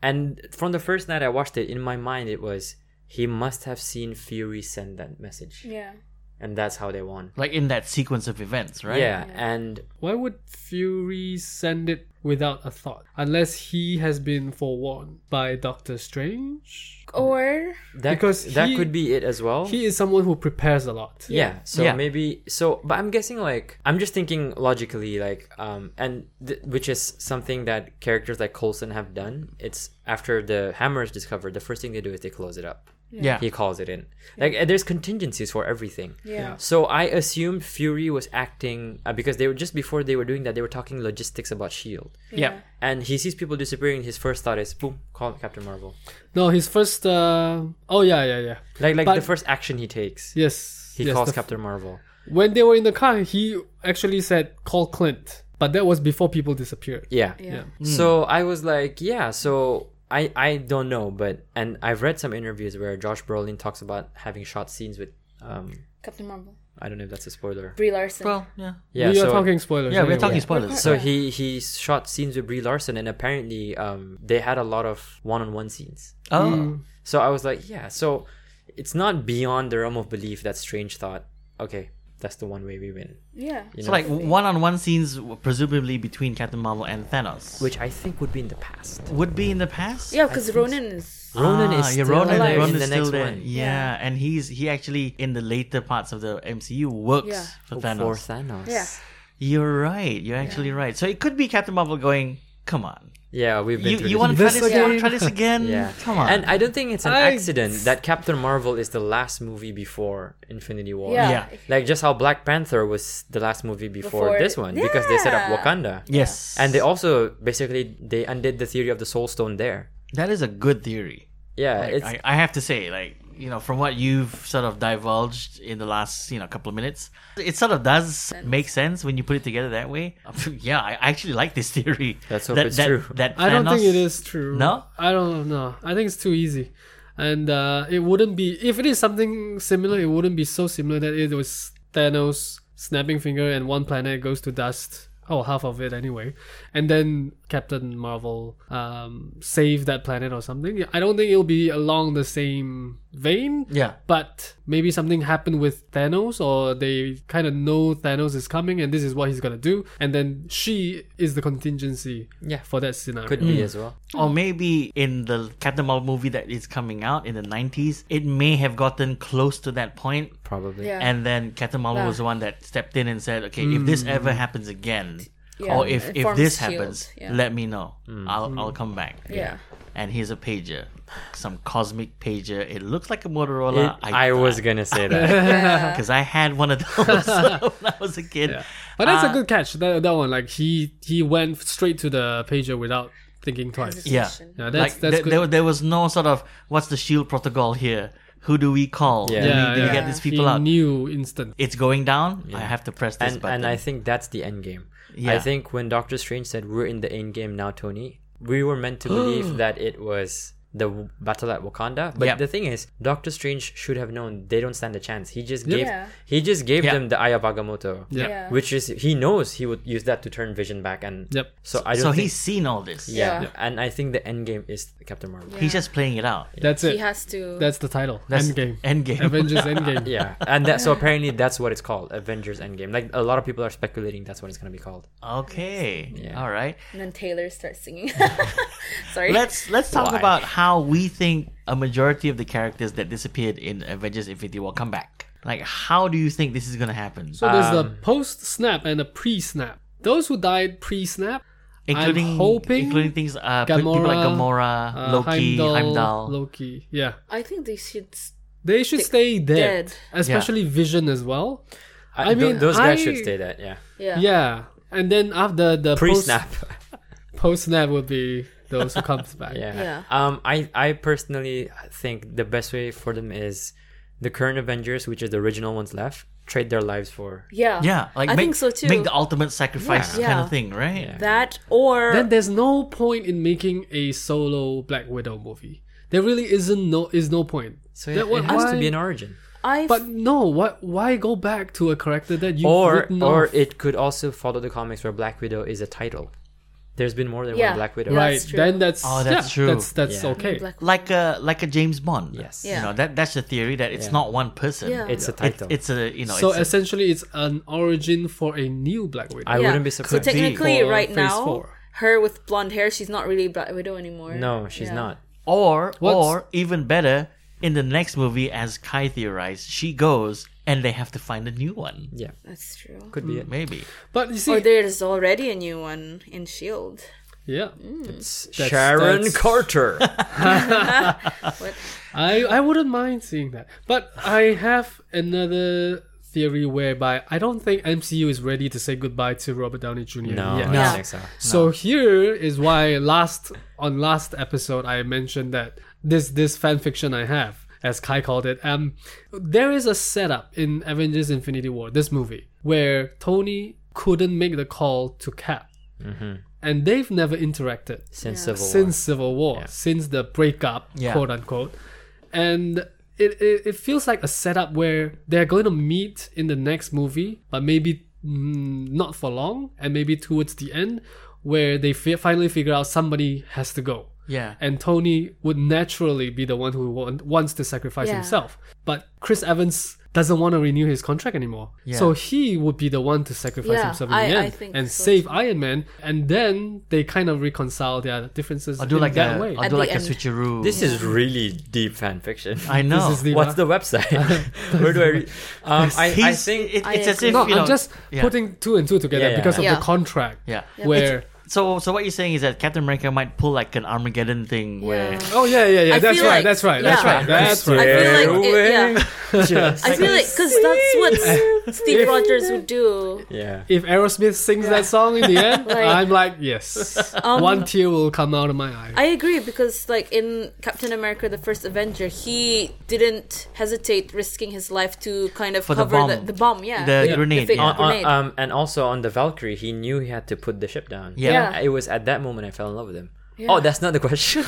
And from the first night I watched it, in my mind it was he must have seen Fury send that message,
Yeah.
and that's how they won.
Like in that sequence of events, right?
Yeah, and
Why would Fury send it without a thought? Unless he has been forewarned by Doctor Strange?
Or
that
Because
that
he-
could be it as well.
He is someone who prepares a lot.
yeah. So
Yeah.
maybe so, but I'm guessing like I'm just thinking logically, like um, and th- which is something that characters like Coulson have done. It's after the hammer is discovered, the first thing they do is they close it up.
Yeah.
He calls it in. Like uh, there's contingencies for everything.
yeah.
So I assumed Fury was acting uh, because they were just before they were doing that they were talking logistics about Shield,
Yeah.
E and he sees people disappearing. His first thought is boom, call Captain Marvel.
No, his first. Uh... Oh, yeah, yeah, yeah.
Like like the
But-
first action he takes,
Yes.
he
yes,
calls
the-
Captain Marvel.
When they were in the car, he actually said, call Clint. But that was before people disappeared.
Yeah.
Yeah.
So I was like, yeah. So I I don't know, but and I've read some interviews where Josh Brolin talks about having shot scenes with um
Captain Marvel.
I don't know if that's a spoiler.
Brie Larson.
Well, yeah.
Yeah,
we
so,
are talking spoilers.
Yeah, we're
anyway.
talking spoilers.
So he he shot scenes with Brie Larson, and apparently um they had a lot of one-on-one scenes.
Oh.
So I was like, yeah. So it's not beyond the realm of belief that strange thought. Okay, that's the one way we win.
yeah.
You
So like one-on-one scenes, presumably between Captain Marvel and Thanos,
which I think would be in the past.
would be in the past.
Yeah, because Ronan is.
Ronan
Ah,
is still
yeah, Ronan,
alive
Ronan
in the
is still
next
there.
one.
Yeah. and he's he actually in the later parts of the MCU works
Yeah.
for
Oh,
Thanos.
For Thanos.
Yeah.
You're right. You're actually right. So it could be Captain Marvel going, "Come on,
Yeah, we've been
you,
through
you
this
want to try
This
this? You want to
again?
try this
<laughs>
again?
Yeah.
come on."
And I don't think it's an
I-
accident that Captain Marvel is the last movie before Infinity War.
Yeah.
Yeah.
Like just how Black Panther was the last movie before,
Before-
this one because they set up
Yeah.
Wakanda.
yes,
And they also basically they undid the theory of the soul stone there.
that is a good theory.
Yeah,
Like,
it's
I, I have to say, like you know, from what you've sort of divulged in the last you know couple of minutes, it sort of does make sense when you put it together that way. <laughs> yeah, I actually like this <laughs> theory.
Let's hope
that,
it's
that,
true.
That
I don't think
Thanos-
it is true.
No?
I don't know. I think it's too easy. And uh, it wouldn't be if it is something similar, it wouldn't be so similar that it was Thanos snapping finger and one planet goes to dust. Oh, half of it anyway, and then Captain Marvel um, save that planet or something. I don't think it'll be along the same vein.
Yeah.
But maybe something happened with Thanos, or they kind of know Thanos is coming and this is what he's gonna do, and then she is the contingency
Yeah.
for that scenario.
could be as well.
Or maybe in the Captain Marvel movie that is coming out in the 90s, it may have gotten close to that point.
Probably.
Yeah.
And then Captain Marvel
Yeah.
was the one that stepped in and said, okay, if this
Hmm.
ever happens again,
Yeah,
or if,
it
if
forms
this
shield,
happens,
yeah.
let me know.
Hmm.
I'll, I'll come back.
Yeah.
And here's a pager. Some cosmic pager. It looks like a Motorola.
It- I, was gonna say that.
<laughs> Because I had one of those <laughs> when I was a kid.
But
uh,
that's
Uh,
a good catch. That, that one, like he he went straight to the pager without thinking twice. Yeah,
Yeah.
that's
like
that's
there,
good.
there, there was no sort of what's the shield protocol here? Who do we call?
Yeah.
Do,
yeah,
we, do we
yeah.
get these people
he
out?
Knew instant.
it's going down. I have to press this
and
button.
and I think that's the end game.
Yeah.
I think when Doctor Strange said we're in the end game now, Tony, we were meant to believe that it was the w- battle at Wakanda. But
Yep.
the thing is, Doctor Strange should have known they don't stand a chance. He just gave
Yeah.
he just gave
Yeah.
them the Aya Bagamoto,
Yeah.
Yeah.
which is he knows he would use that to turn Vision back. And
Yep.
so I don't.
so
think,
he's seen all this.
yeah.
Yeah.
and I think the end game is Captain Marvel.
He's just playing it out.
That's
He
it.
has to.
that's the title.
That's
Endgame.
Endgame. <laughs>
Avengers Endgame.
Yeah, and that, so apparently that's what it's called, Avengers Endgame. Like a lot of people are speculating that's what it's gonna be called.
Okay. All right.
and then Taylor starts
<laughs>
singing. <laughs> Sorry.
Let's let's talk
Why?
about how we think a majority of the characters that disappeared in Avengers Infinity War come back. Like, how do you think this is gonna happen?
So there's the
Um,
post snap and the pre snap. Those who died pre snap,
including
hoping
including things uh, p- people like
Gamora,
Gamora,
uh,
Loki,
Heimdall,
Heimdall.
Loki. Yeah,
I think they should.
they should stay dead,
dead.
especially Vision as well. I
tho-
mean,
those guys
I-
should stay that. Yeah,
Yeah.
Yeah, and then after the
pre
<laughs>
snap.
post snap would be those who comes back.
<laughs> Yeah.
Yeah.
Um, I I personally think the best way for them is the current Avengers, which is the original ones left, trade their lives for.
Yeah.
Yeah, like
I
make,
think so too.
make the ultimate sacrifice
Yeah.
kind
Yeah.
of thing, right?
that or
then there's no point in making a solo Black Widow movie. There really isn't no is no point.
So it,
That
it
one-
has to
why-
be an origin,
I.
But no, what? Why go back to a character that you
or
written
or
off?
it could also follow the comics where Black Widow is a title. There's been more than
Yeah.
one Black Widow.
Yeah.
right?
That's true.
Then that's
Oh, that's
yeah,
true.
That's that's
Yeah.
okay.
Black-
Like a like a James Bond.
Yes.
You
Yeah.
know that that's the theory that it's
Yeah.
not one person.
Yeah.
It's a
It-
title.
it's a you know.
so
it's a-
essentially, it's an origin for a new Black Widow.
I
yeah.
wouldn't be
So
surprised.
technically,
For
right
phase
now,
four.
her with blonde hair, she's not really Black Widow anymore.
no, she's
Yeah.
not.
Or
What's-
or even better, in the next movie, as Kai theorized, she goes and they have to find a new one.
Yeah,
That's true.
could
Hmm.
be it.
Maybe.
but you see,
Or there's already a new one in Shield.
yeah,
It's Sharon
that's- <laughs>
Carter.
I I wouldn't mind seeing that. But I have another theory whereby I don't think MCU is ready to say goodbye to Robert Downey Jr.
no,
yet.
I
No.
don't think so.
So here is why last on last episode I mentioned that this this fan fiction I have, as Kai called it, um, there is a setup in Avengers: Infinity War, this movie, where Tony couldn't make the call to Cap, and they've never interacted
Since Civil War.
since Civil War, since the breakup,
Yeah.
quote unquote, and it, it, it feels like a setup where they're going to meet in the next movie, but maybe mm, not for long, and maybe towards the end, where they fi- finally figure out somebody has to go.
Yeah.
And Tony would naturally be the one who want, wants to sacrifice
Yeah.
himself. But Chris Evans doesn't want to renew his contract anymore.
Yeah.
So he would be the one to sacrifice
Yeah,
himself in
I-
the
I
end
think
and
so
save
too.
Iron Man. And then they kind of reconcile their differences
I'll do
in
like
that
a,
way.
I'll
At
do
the
like
end.
a switcheroo.
This is really deep fan fiction.
I know.
This is the-
<laughs> What's the website? <laughs> Where do I? Re- um, I, I
He's-
think
it-
I
it's as
agree.
if
no,
you know,
I'm just
yeah.
putting two and two together
Yeah, yeah,
because of
yeah.
the contract.
Yeah.
Where
So, so what you're saying is that Captain America might pull like an Armageddon thing where
Yeah.
oh yeah yeah yeah
I
that's
feel
right,
like-
that's right that's
yeah.
right that's right
I feel like it-
Stairway. Just-
I feel like because that's what <laughs> Steve Rogers would do.
yeah.
if Aerosmith sings that song in the end I'm like yes
Um,
one tear will come out of my eye
<laughs> I agree because, like in Captain America: The First Avenger, he didn't hesitate risking his life to kind of
For the
cover the,
bomb.
the bomb. Yeah,
The grenade,
fake
yeah.
On- on-
grenade.
um, and also on the Valkyrie, he knew he had to put the ship down.
Yeah.
Yeah.
It was at that moment I fell in love with him. Oh, that's not the question.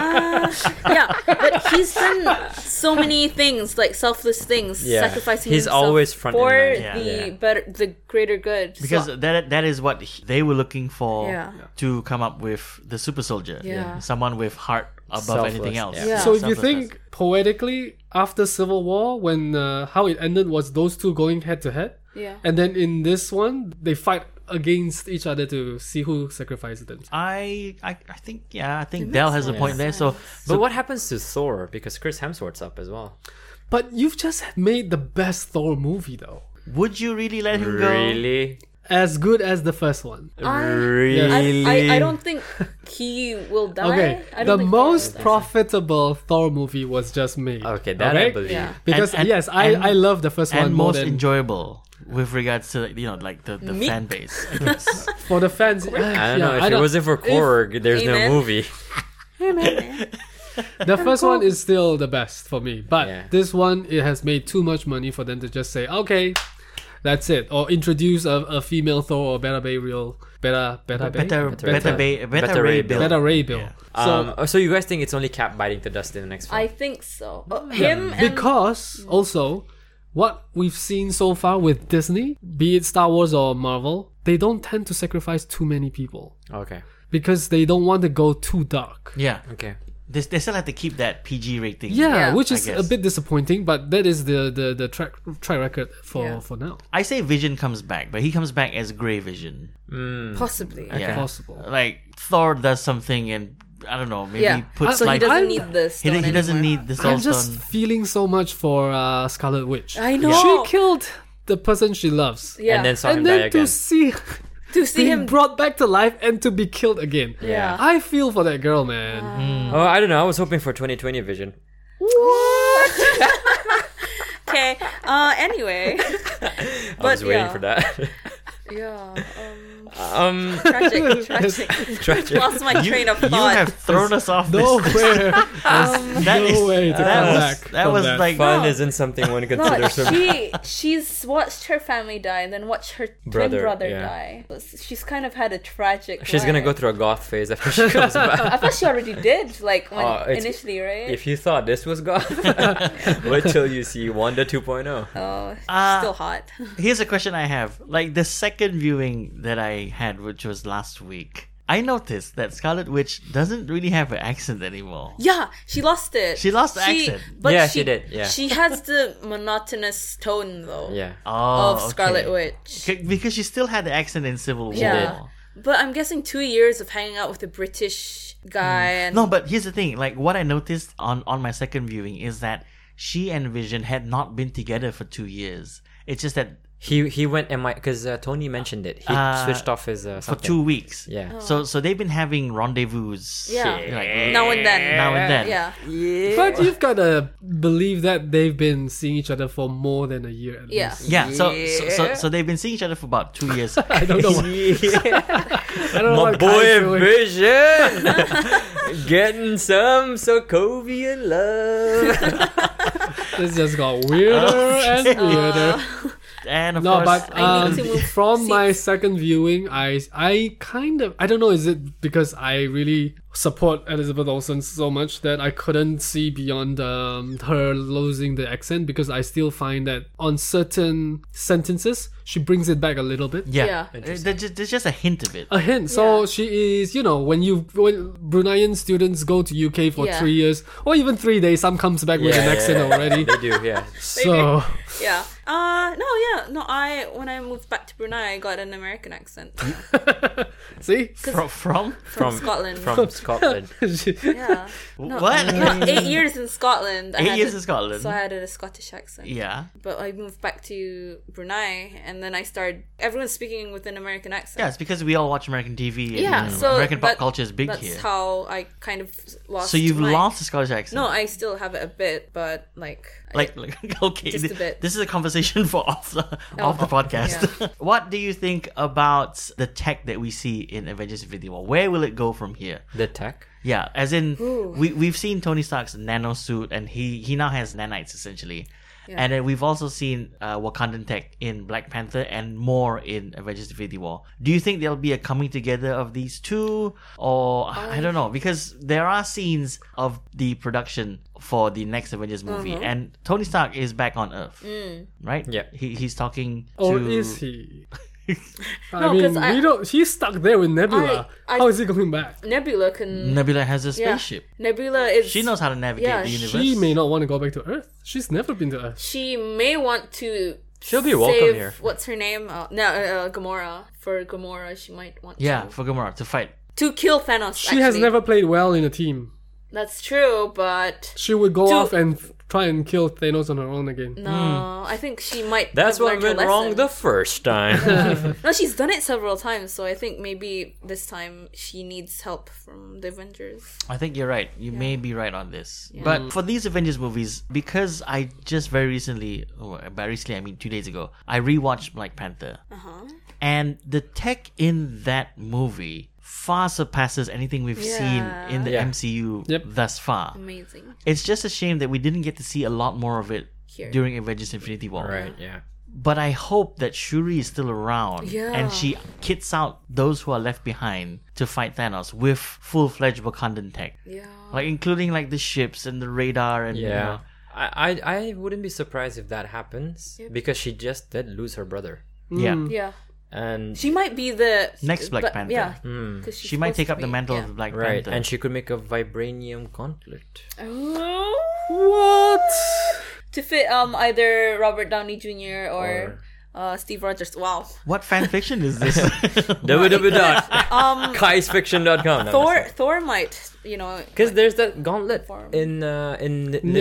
yeah, but he's done so many things, like selfless things,
Yeah.
sacrificing
He's
himself
always front in
for
line.
Yeah.
the
Yeah.
better, the greater good. So-
because that that is what he- they were looking for
Yeah.
to come up with the super soldier.
Yeah.
Someone with heart above
Selfless,
anything else.
yeah.
Yeah.
so if you
Selflessness.
think poetically after Civil War when uh, how it ended was those two going head to head
yeah,
and then in this one they fight against each other to see who sacrifices them
I, I I think yeah, I think Dell has a point there. So,
but
so
what happens to Thor? Because Chris Hemsworth's up as well.
but you've just made the best Thor movie though
would you really let him go?
Really?
as good as the first one
Really?
I, I, I don't think he will die.
Okay,
I
the
don't think Thor will
most
die.
profitable Thor movie was just made.
Okay, that I
Okay?
believe.
Yeah.
Because
And- and-
yes, I,
and-
I love the first
And
one more
most
than
enjoyable with regards to you know like the, the
Me?
fan
<laughs>
base. I guess.
for the fans.
I don't know. If it wasn't for Korg, there's
Amen.
no movie.
the
Oh,
first one is still the best for me, but
Yeah.
this one it has made too much money for them to just say okay, that's it, or introduce a, a female Thor or better Bay real better better Bay?
better,
Better-
better, Bay- better,
Better
Ray
Ray
Bill.
better Ray Bill.
Um, so, you guys think it's only Cap biting the dust in the next
I
film?
think so. Uh, him and
because also what we've seen so far with Disney, be it Star Wars or Marvel, they don't tend to sacrifice too many people.
Okay.
because they don't want to go too dark.
Yeah,
Okay.
they, they still have to keep that PG rating.
Yeah,
Yeah.
which
I
is a
guess.
bit disappointing, but that is the the, the track track record for
Yeah.
for now.
I say Vision comes back, but he comes back as Gray Vision.
possibly.
Yeah.
Possible.
Like Thor does something, and I don't know, maybe
Yeah.
puts
So he
like
doesn't
I'm-
need this.
he, he doesn't need the soul
I'm just
stone.
feeling so much for uh, Scarlet Witch.
I know.
she killed the person she loves,
Yeah.
And then saw him
and
die
then to
again.
see <laughs>
to see
being
him.
<laughs>
brought back to life and to be killed again.
Yeah. Um,
I feel for that girl, man.
Oh, I don't know. I was hoping for 2020 vision.
okay. Uh.
<laughs>
Anyway.
I was
But,
waiting
yeah.
for
<laughs>
that.
yeah. Um,
um, <laughs>
tragic. Tragic.
tragic.
<laughs> Lost my <laughs> train of
You
thought.
have thrown us off.
<laughs> No
this.
way,
<laughs>
<laughs>
That
no
is-
way to come
that was
back.
that
from
was
that.
like
Fun isn't something one
No,
considers. <laughs>
she she's watched her family die and then watched her twin
Brother,
brother
yeah.
die. She's kind of had a tragic.
She's gonna go
life.
through a goth phase after she comes back.
<laughs> I thought she already did, like when,
<laughs> Oh, it's-
initially, right?
If you thought this was goth, <laughs> wait till you see Wanda 2.0.
oh, she's
Uh,
still hot. <laughs>
Here's a question I have. Like the second viewing that I had, which was last week, I noticed that Scarlet Witch doesn't really have an accent anymore.
Yeah, she lost it.
She lost the accent.
But
Yeah, she did, yeah.
she has the monotonous tone though
Yeah.
Oh,
of Scarlet
okay.
Witch.
C- Because she still had the accent in Civil War.
Yeah. But I'm guessing two years of hanging out with a British guy and
Mm. No, but here's the thing. Like what I noticed on on my second viewing is that she and Vision had not been together for two years. It's just that
He he went and my because uh, Tony mentioned it. He
Uh,
switched off his uh,
for
something.
two weeks.
Yeah.
So so they've been having rendezvous.
Oh. Yeah.
Like,
now and then.
now and then.
Yeah.
But you've gotta believe that they've been seeing each other for more than a year at
Yeah.
least.
Yeah, so, so so so they've been seeing each other for about two years.
I don't
<laughs>
know. Why, I don't know
My
what Kai's
boy
doing.
Vision
<laughs>
getting some Sokovian love. <laughs>
This just got weirder
Oh,
and
Oh.
weirder.
and of
no,
course,
but
I
um,
need to move
from my
seats.
second viewing, I I kind of I don't know. Is it because I really support Elizabeth Olsen so much that I couldn't see beyond um, her losing the accent because I still find that on certain sentences she brings it back a little bit.
Yeah.
Yeah.
Uh, There's just, there's just a hint
<laughs>
of it.
A hint. So
Yeah.
she is, you know, when you when Bruneian students go to UK for
Yeah.
three years or even three days, some comes back with
Yeah,
an
yeah,
accent
yeah. <laughs>
already.
They do, yeah.
so <laughs>
Yeah. Uh no, yeah. No, I when I moved back to Brunei I got an American accent. From,
see,
From, from?
From
Scotland.
<laughs>
<laughs>
From Scotland.
She- <laughs>
yeah.
what? <laughs>
No, eight years in Scotland. I
Eight
had
years
a-
in Scotland.
So I had a Scottish accent.
yeah.
But I moved back to Brunei and then I started everyone's speaking with an American accent.
Yeah, it's because we all watch American TV. And,
Yeah,
you know,
so
American pop
that-
culture is big
That's
here.
how I kind of lost.
so you've
my-
lost the Scottish accent.
No, I still have it a bit, but like, I-
like, like <laughs> okay,
Just a
th-
bit. Oh,
this is a conversation for off the off the podcast. <laughs> what do you think about the tech that we see in Avengers Infinity War? Where will it go from here?
The tech.
Yeah, as in we we've seen Tony Stark's nano suit, and he he now has nanites essentially. And then we've also seen uh, Wakandan tech in Black Panther and more in Avengers: Infinity War. Do you think there'll be a coming together of these two, or I don't know? Because there are scenes of the production for the next Avengers movie, and Tony Stark is back on Earth, right?
Yeah.
he, he's talking.
or
to...
is he? I
No, 'cause
mean,
I-
we don't. He's stuck there with Nebula.
I-
How is he going back?
Nebula can.
Nebula has a
yeah.
spaceship.
Nebula is.
She knows how to navigate
Yeah,
the universe.
She may not want to go back to Earth. She's never been to Earth.
She may want to.
She'll be welcome
save-
here.
What's her name? Uh, no, uh, Gamora. For Gamora, she might want.
yeah,
To,
for Gamora to fight.
to kill Thanos.
She has
actually.
never played well in a team.
That's true, but.
She would go
To-
off and f- try and kill Thanos on her own again.
Hmm.
No, I think she might.
That's
have
what
learned her
went wrong
lesson.
the first time.
<laughs>
<laughs>
no, she's done it several times, so I think maybe this time she needs help from the Avengers.
I think you're right. You may be right on this.
Mm.
But for these Avengers movies, because I just very recently, oh, by recently I mean two days ago, I rewatched Black Panther.
Uh-huh.
And the tech in that movie far surpasses anything we've
Yeah. Mm.
seen in the
Yeah.
MCU
Yep.
thus far.
Amazing.
It's just a shame that we didn't get to see a lot more of it
Here.
during Avengers Infinity War.
right, yeah.
But I hope that Shuri is still around
Yeah.
and she kits out those who are left behind to fight Thanos with full fledged Wakandan tech
Yeah.
like including like the ships and the radar and you
Yeah.
know.
I, I, I wouldn't be surprised if that happens because she just did lose her brother.
yeah
Mm. Yeah.
And
She might be the
Next Black
but-
Panther.
Yeah,
Hmm.
she might take up the mantle of Black
right,
Panther.
and she could make a vibranium
<laughs>
gauntlet.
What? To fit um either Robert Downey Jr. or, uh, Steve Rogers. Wow.
what fan fiction is
<laughs>
this? <laughs>
<laughs>
www.kaisfiction.com.
um, Thor. Thor might. You know.
Because there's that gauntlet
Form.
in uh, in
Never-
in-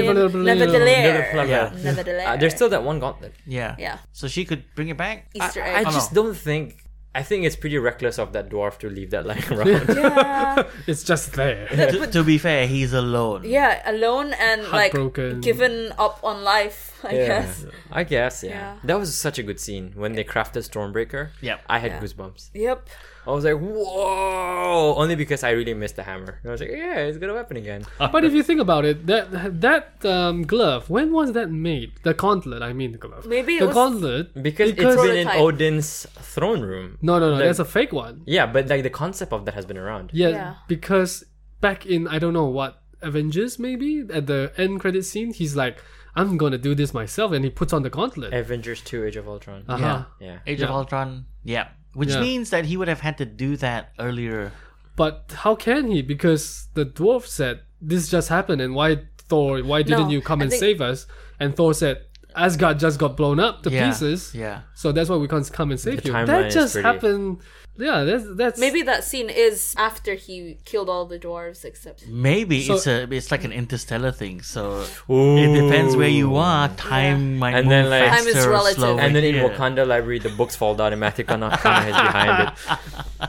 Never-
Neverthelere.
Yeah.
Neverthelere.
Uh, there's still that one gauntlet.
yeah,
Yeah.
So she could bring it back.
Easter
I, I
egg.
Oh,
just don't think. I think it's pretty reckless of that dwarf to leave that <laughs> lying
<laughs>
around.
<laughs> yeah.
It's just there.
To, to be fair, he's alone.
yeah, alone and like
Heartbroken.
given up on life. I guess.
I guess, yeah.
Yeah.
That was such a good scene when they crafted Stormbreaker.
Yep.
I had goosebumps.
Yep.
I was like, whoa! Only because I really missed the hammer. And I was like, yeah, it's got a weapon again.
Uh,
But if you think about it, that that um, glove, when was that made? The gauntlet, I mean the glove.
Maybe it
the
was-
gauntlet.
Because, it's been in
Prototype.
Odin's throne room.
no, no, no.
the-
that's a fake one.
Yeah, but like the concept of that has been around.
Yeah,
Yeah.
Because back in I don't know what Avengers, maybe at the end credit scene, he's like, "I'm gonna do this myself," and he puts on the gauntlet.
Avengers 2 Age of Ultron.
Uh-huh.
Yeah.
Yeah.
Age of
Yeah.
Ultron. Yeah, which
Yeah.
means that he would have had to do that earlier.
But how can he? Because the dwarf said, This just happened, and why, Thor, why didn't you come
I
and
think-
save us? And Thor said, Asgard just got blown up to
Yeah.
pieces.
Yeah.
So that's why we can't come and save
The
you.
timeline
That
is
just
pretty-
happened. Yeah, that's. that's
Maybe that scene is after he killed all the dwarves except
Maybe
So-
it's a it's like an interstellar thing. So
Ooh.
it depends where you are. Time might
And
move
then, like-
faster
Time
is
or
relative.
slower
And then in
here.
Wakanda Library, the books fall down and Matika Nakana is behind it.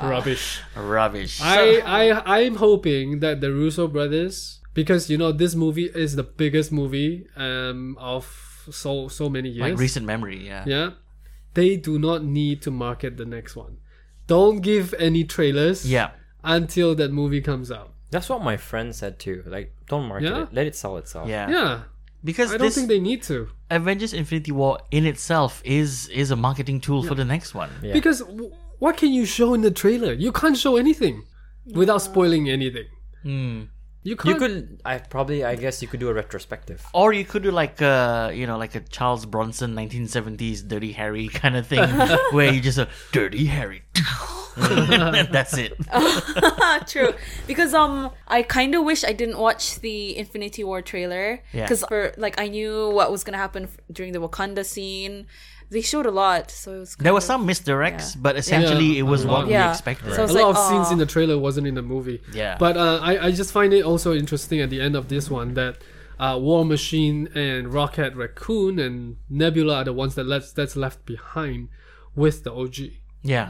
rubbish.
rubbish.
I, I, I'm hoping that the Russo brothers, because, you know, this movie is the biggest movie um, of so so many years.
like recent memory. Yeah.
yeah. They do not need to market the next one. Don't give any trailers
Yeah.
until that movie comes out.
That's what my friend said too. Like, don't market
Yeah?
it. Let it sell itself.
Yeah.
Yeah.
Because
I don't
this
think they need to.
Avengers Infinity War in itself is is a marketing tool for the next one.
Yeah.
Because w- what can you show in the trailer? You can't show anything without spoiling anything.
Hmm.
You
You
can't.
could, I probably, I guess, you could do a retrospective.
Or you could do like a, you know, like a Charles Bronson 1970s Dirty Harry <laughs> kind of
<laughs>
thing, where you just a Dirty Harry. <laughs> That's it.
<laughs> True, because um, I kind of wish I didn't watch the Infinity War trailer
Yeah.
because for like I knew what was gonna happen f- during the Wakanda scene. They showed a lot, so it was.
There
kind
were
of-
some misdirects, but essentially it
Yeah,
was
a
what we
lot.
Yeah.
expected.
a
So- was
lot
like,
of scenes
"Aw."
in the trailer wasn't in the movie.
Yeah.
But uh, I, I just find it also interesting at the end of this one that uh, War Machine and Rocket Raccoon and Nebula are the ones that left, that's left behind with the OG.
yeah.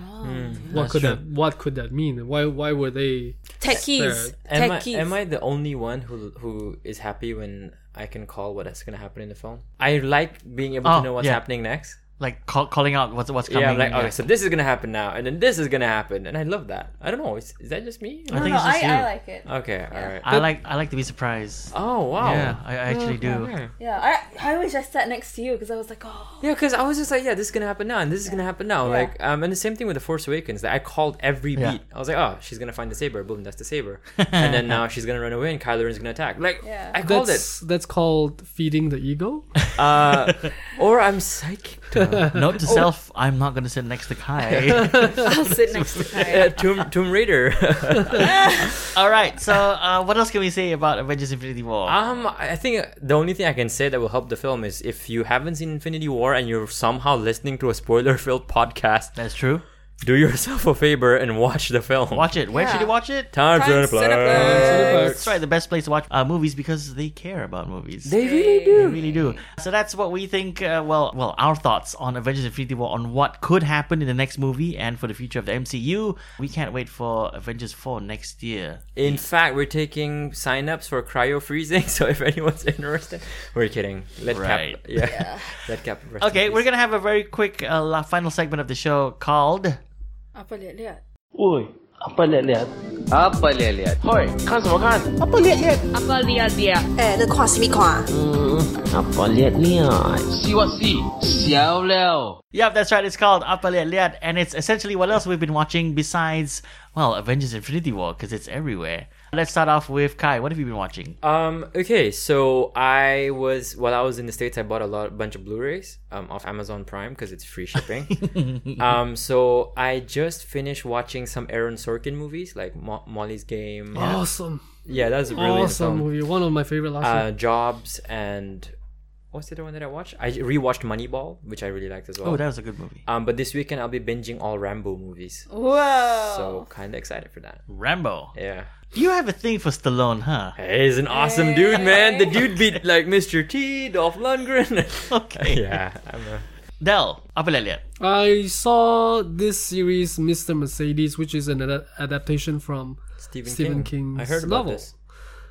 That's
What could
true.
that What could that mean? Why Why were they?
techies.
Am I,
techies.
am I the only one who who is happy when I can call what's going to happen in the film? I like being able
Oh,
to know what's
yeah.
happening next.
Like call, calling out what's what's coming.
yeah, I'm like, okay, so this is going to happen now, and then this is going to happen, and I love that. I don't know, is, is that just me?
I think it's just you.
I, I like it.
Okay, all right.
I like I like to be surprised.
Oh wow.
Yeah, I, I actually do. <laughs>
Yeah, I I wish I sat next to you because I was like, oh. <laughs>
Yeah, because I was just like, yeah, this is gonna happen now, and this is gonna happen now.
Yeah.
Like, um, and the same thing with the Force Awakens. That I called every
Yeah.
beat. I was like, oh, she's gonna find the saber. Boom, that's
<laughs>
the saber. and then now she's gonna run away, and Kylo Ren's gonna attack. Like,
Yeah.
I called it.
That's that's called feeding the ego.
Uh, oh. or I'm psychic. To
<laughs>
her.
Note to self: I'm not going to sit next to
<laughs>
Kai.
I'll sit next to
Uh,
Kai.
Tomb Tomb
<laughs>
Raider.
All right. So, uh, what else can we say about Avengers: Infinity War?
um, I think the only thing I can say that will help the film is if you haven't seen Infinity War and you're somehow listening to a spoiler-filled <laughs> podcast,
That's true.
do yourself a favor and watch the film.
Watch it. Where should you
Yeah.
watch it?
Time
Time to
Cineplex.
play.
That's right. The best place to watch uh, movies because they care about movies.
They really do.
They really do. So that's what we think. Uh, well, well, our thoughts on Avengers: Infinity War, on what could happen in the next movie, and for the future of the MCU. We can't wait for Avengers Four next year.
In fact, we're taking sign-ups for cryo freezing, <laughs> so if anyone's interested, we're kidding. Let
Right.
cap, <laughs> yeah, let cap. rest in
Okay,
peace.
we're gonna have a very quick uh, la- final segment of the show called.
Apa lihat-lihat?
Uy, apa lihat-lihat? Apa lihat-lihat? Hoi, kan semua kan? Apa lihat-lihat? Apa lihat-lihat? See what see? Xiao Liao.
Yep, that's right. It's called Apa Lihat Lihat, and it's essentially what else we've been watching besides, well, Avengers: Infinity War because it's everywhere. Let's start off with Kai. What have you been watching?
Um. Okay. So I was while I was in the states, I bought a lot, bunch of Blu-rays um off Amazon Prime because it's free shipping.
<laughs>
um. So I just finished watching some Aaron Sorkin movies like Mo- Molly's
<gasps>
Game.
Oh,
Awesome,
Yeah, that's a brilliant
awesome
film.
movie. One of my favorite last year.
Uh, Jobs and what's the other one that I watched? I rewatched Moneyball, which I really liked as well.
Oh, that was a good movie.
Um, but this weekend I'll be binging all Rambo movies.
Whoa.
So kind of excited for that.
Rambo.
Yeah,
You have a thing for Stallone, <laughs> huh?
hey, he's an awesome dude, man. The
<laughs>
dude beat like Mr. T, Dolph Lundgren. <laughs>
Okay.
yeah, I'm a...
Del, Apa Lihat Lihat.
I saw this series, Mr. Mercedes, which is an ad- adaptation from
Stephen,
Stephen
King.
King's
I heard about
novel.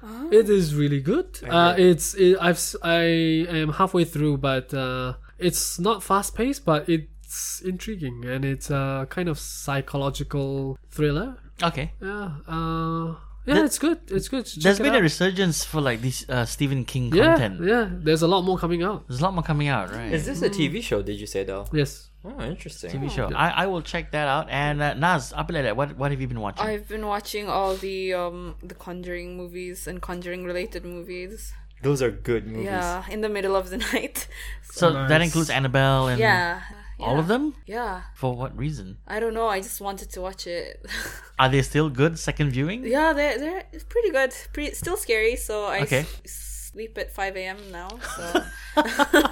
Oh.
this.
It is really good. Uh, it's it, I've s- I am halfway through, but uh, it's not fast paced, but it's intriguing and it's a kind of psychological thriller.
Okay.
Yeah, uh, yeah, it's good. It's good. Check
There's
it
been a
out.
resurgence for like this uh, Stephen King
yeah,
content.
yeah. There's a lot more coming out.
There's a lot more coming out, right?
Is
Mm.
this a TV show? Did you say though?
Yes.
Oh, interesting.
TV show. I, I will check that out. And uh, Naz, Apa Lihat Lihat, what, what have you been watching?
I've been watching all the um the Conjuring movies and Conjuring related movies.
Those are good movies.
Yeah, in the middle of the <laughs> night.
so that
Nice.
includes Annabelle and
Yeah.
Mm. all of them?
Yeah.
For what reason?
I don't know. I just wanted to watch it. <laughs>
Are they still good second viewing?
yeah, they're they're it's pretty good. Pretty still scary. So I
Okay.
s- sleep at five a.m. now.
<laughs>
So <laughs>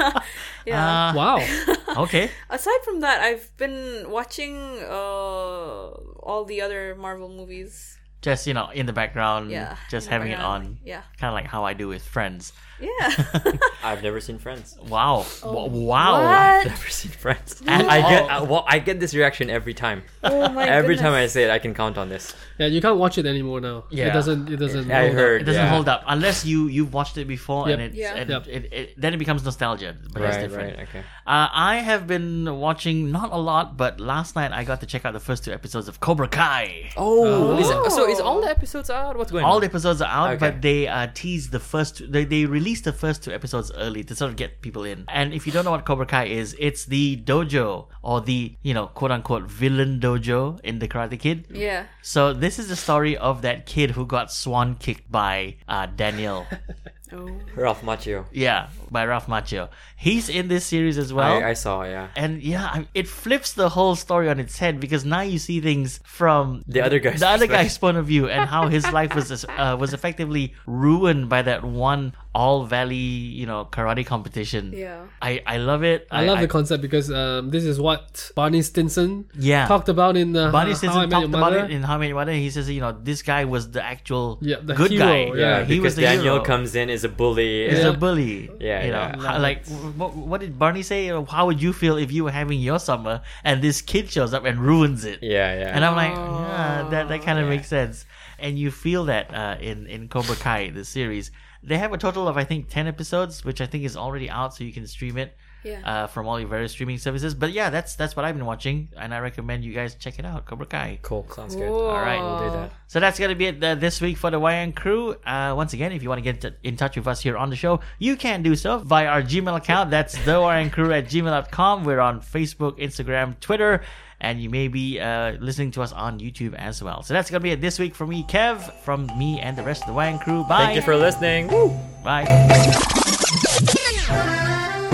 yeah.
Uh,
Wow.
<laughs> okay.
Aside from that, I've been watching uh all the other Marvel movies.
Just, you know, in the background,
Yeah.
Mm, just
in the
having it on.
background. Yeah.
Kind of like how I do with friends.
Yeah.
<laughs>
<laughs>
I've never seen Friends.
Wow. Wa- wow.
Oh, What?
<laughs> Never seen <laughs> Friends. Oh.
At
I get
all.
I, well, I get this reaction every time.
Oh <laughs> my
every
goodness.
time I say it, I can count on this.
Yeah, you can't watch it anymore now.
Yeah.
It doesn't. It doesn't. hold
I
up.
heard.
It doesn't
yeah.
hold up unless you you've watched it before
Yep.
and, it's,
Yeah.
and
Yep.
it, it then it becomes nostalgia. But that's
Right,
different.
right, okay.
Uh, I have been watching not a lot, but last night I got to check out the first two episodes of Cobra Kai.
Oh, Is- so is all the episodes out? What's going on?
All the episodes are out,
Okay.
but they uh, teased the first. They, they release the first two episodes early to sort of get people in. And if you don't know what Cobra Kai is, it's the dojo or the, you know, quote unquote villain dojo in The Karate Kid.
Yeah.
So this is the story of that kid who got swan kicked by uh,
<laughs>
Daniel.
Oh.
Ralph Macchio.
yeah, by Ralph Macchio. He's in this series as well.
I, I saw, yeah.
and yeah, I- it flips the whole story on its head because now you see things from
The other guy's
the other
perspective.
guy's point of view and how his life was <laughs> uh, was effectively ruined by that one all valley you know karate competition.
Yeah.
I I love it.
I love the concept because um, this is what Barney Stinson
Yeah.
talked about in uh,
Barney
How I
Stinson
Met Your
talked about
Mother.
it in How Many Mother. He says, you know, this guy was the actual
Yeah, the
good
hero,
guy.
yeah,
he was
because
the
Daniel
hero.
comes in is a bully.
He's
Yeah.
a bully.
Yeah,
you know,
yeah.
how- like what, what did Barney say? You know, How would you feel if you were having your summer and this kid shows up and ruins it?
Yeah, yeah.
And I'm like, yeah, that, that kind of makes sense. And you feel that uh, in, in Cobra Kai, the series. They have a total of, I think, 10 episodes, which I think is already out, so you can stream it
Yeah.
uh, from all your various streaming services. But yeah, that's that's what I've been watching, and I recommend you guys check it out, Cobra Kai.
cool. Sounds good.
Cool.
All right, we'll do that.
So that's going to be it uh, this week for the YN crew. Uh, once again, if you want to get t- in touch with us here on the show, you can do so via our Gmail account. That's <laughs> the YN crew at gmail.com. We're on Facebook, Instagram, Twitter, and you may be uh, listening to us on YouTube as well. So that's going to be it this week from me, Kev, from me and the rest of the YN crew. Bye.
Thank you for listening.
Bye.
Thank you.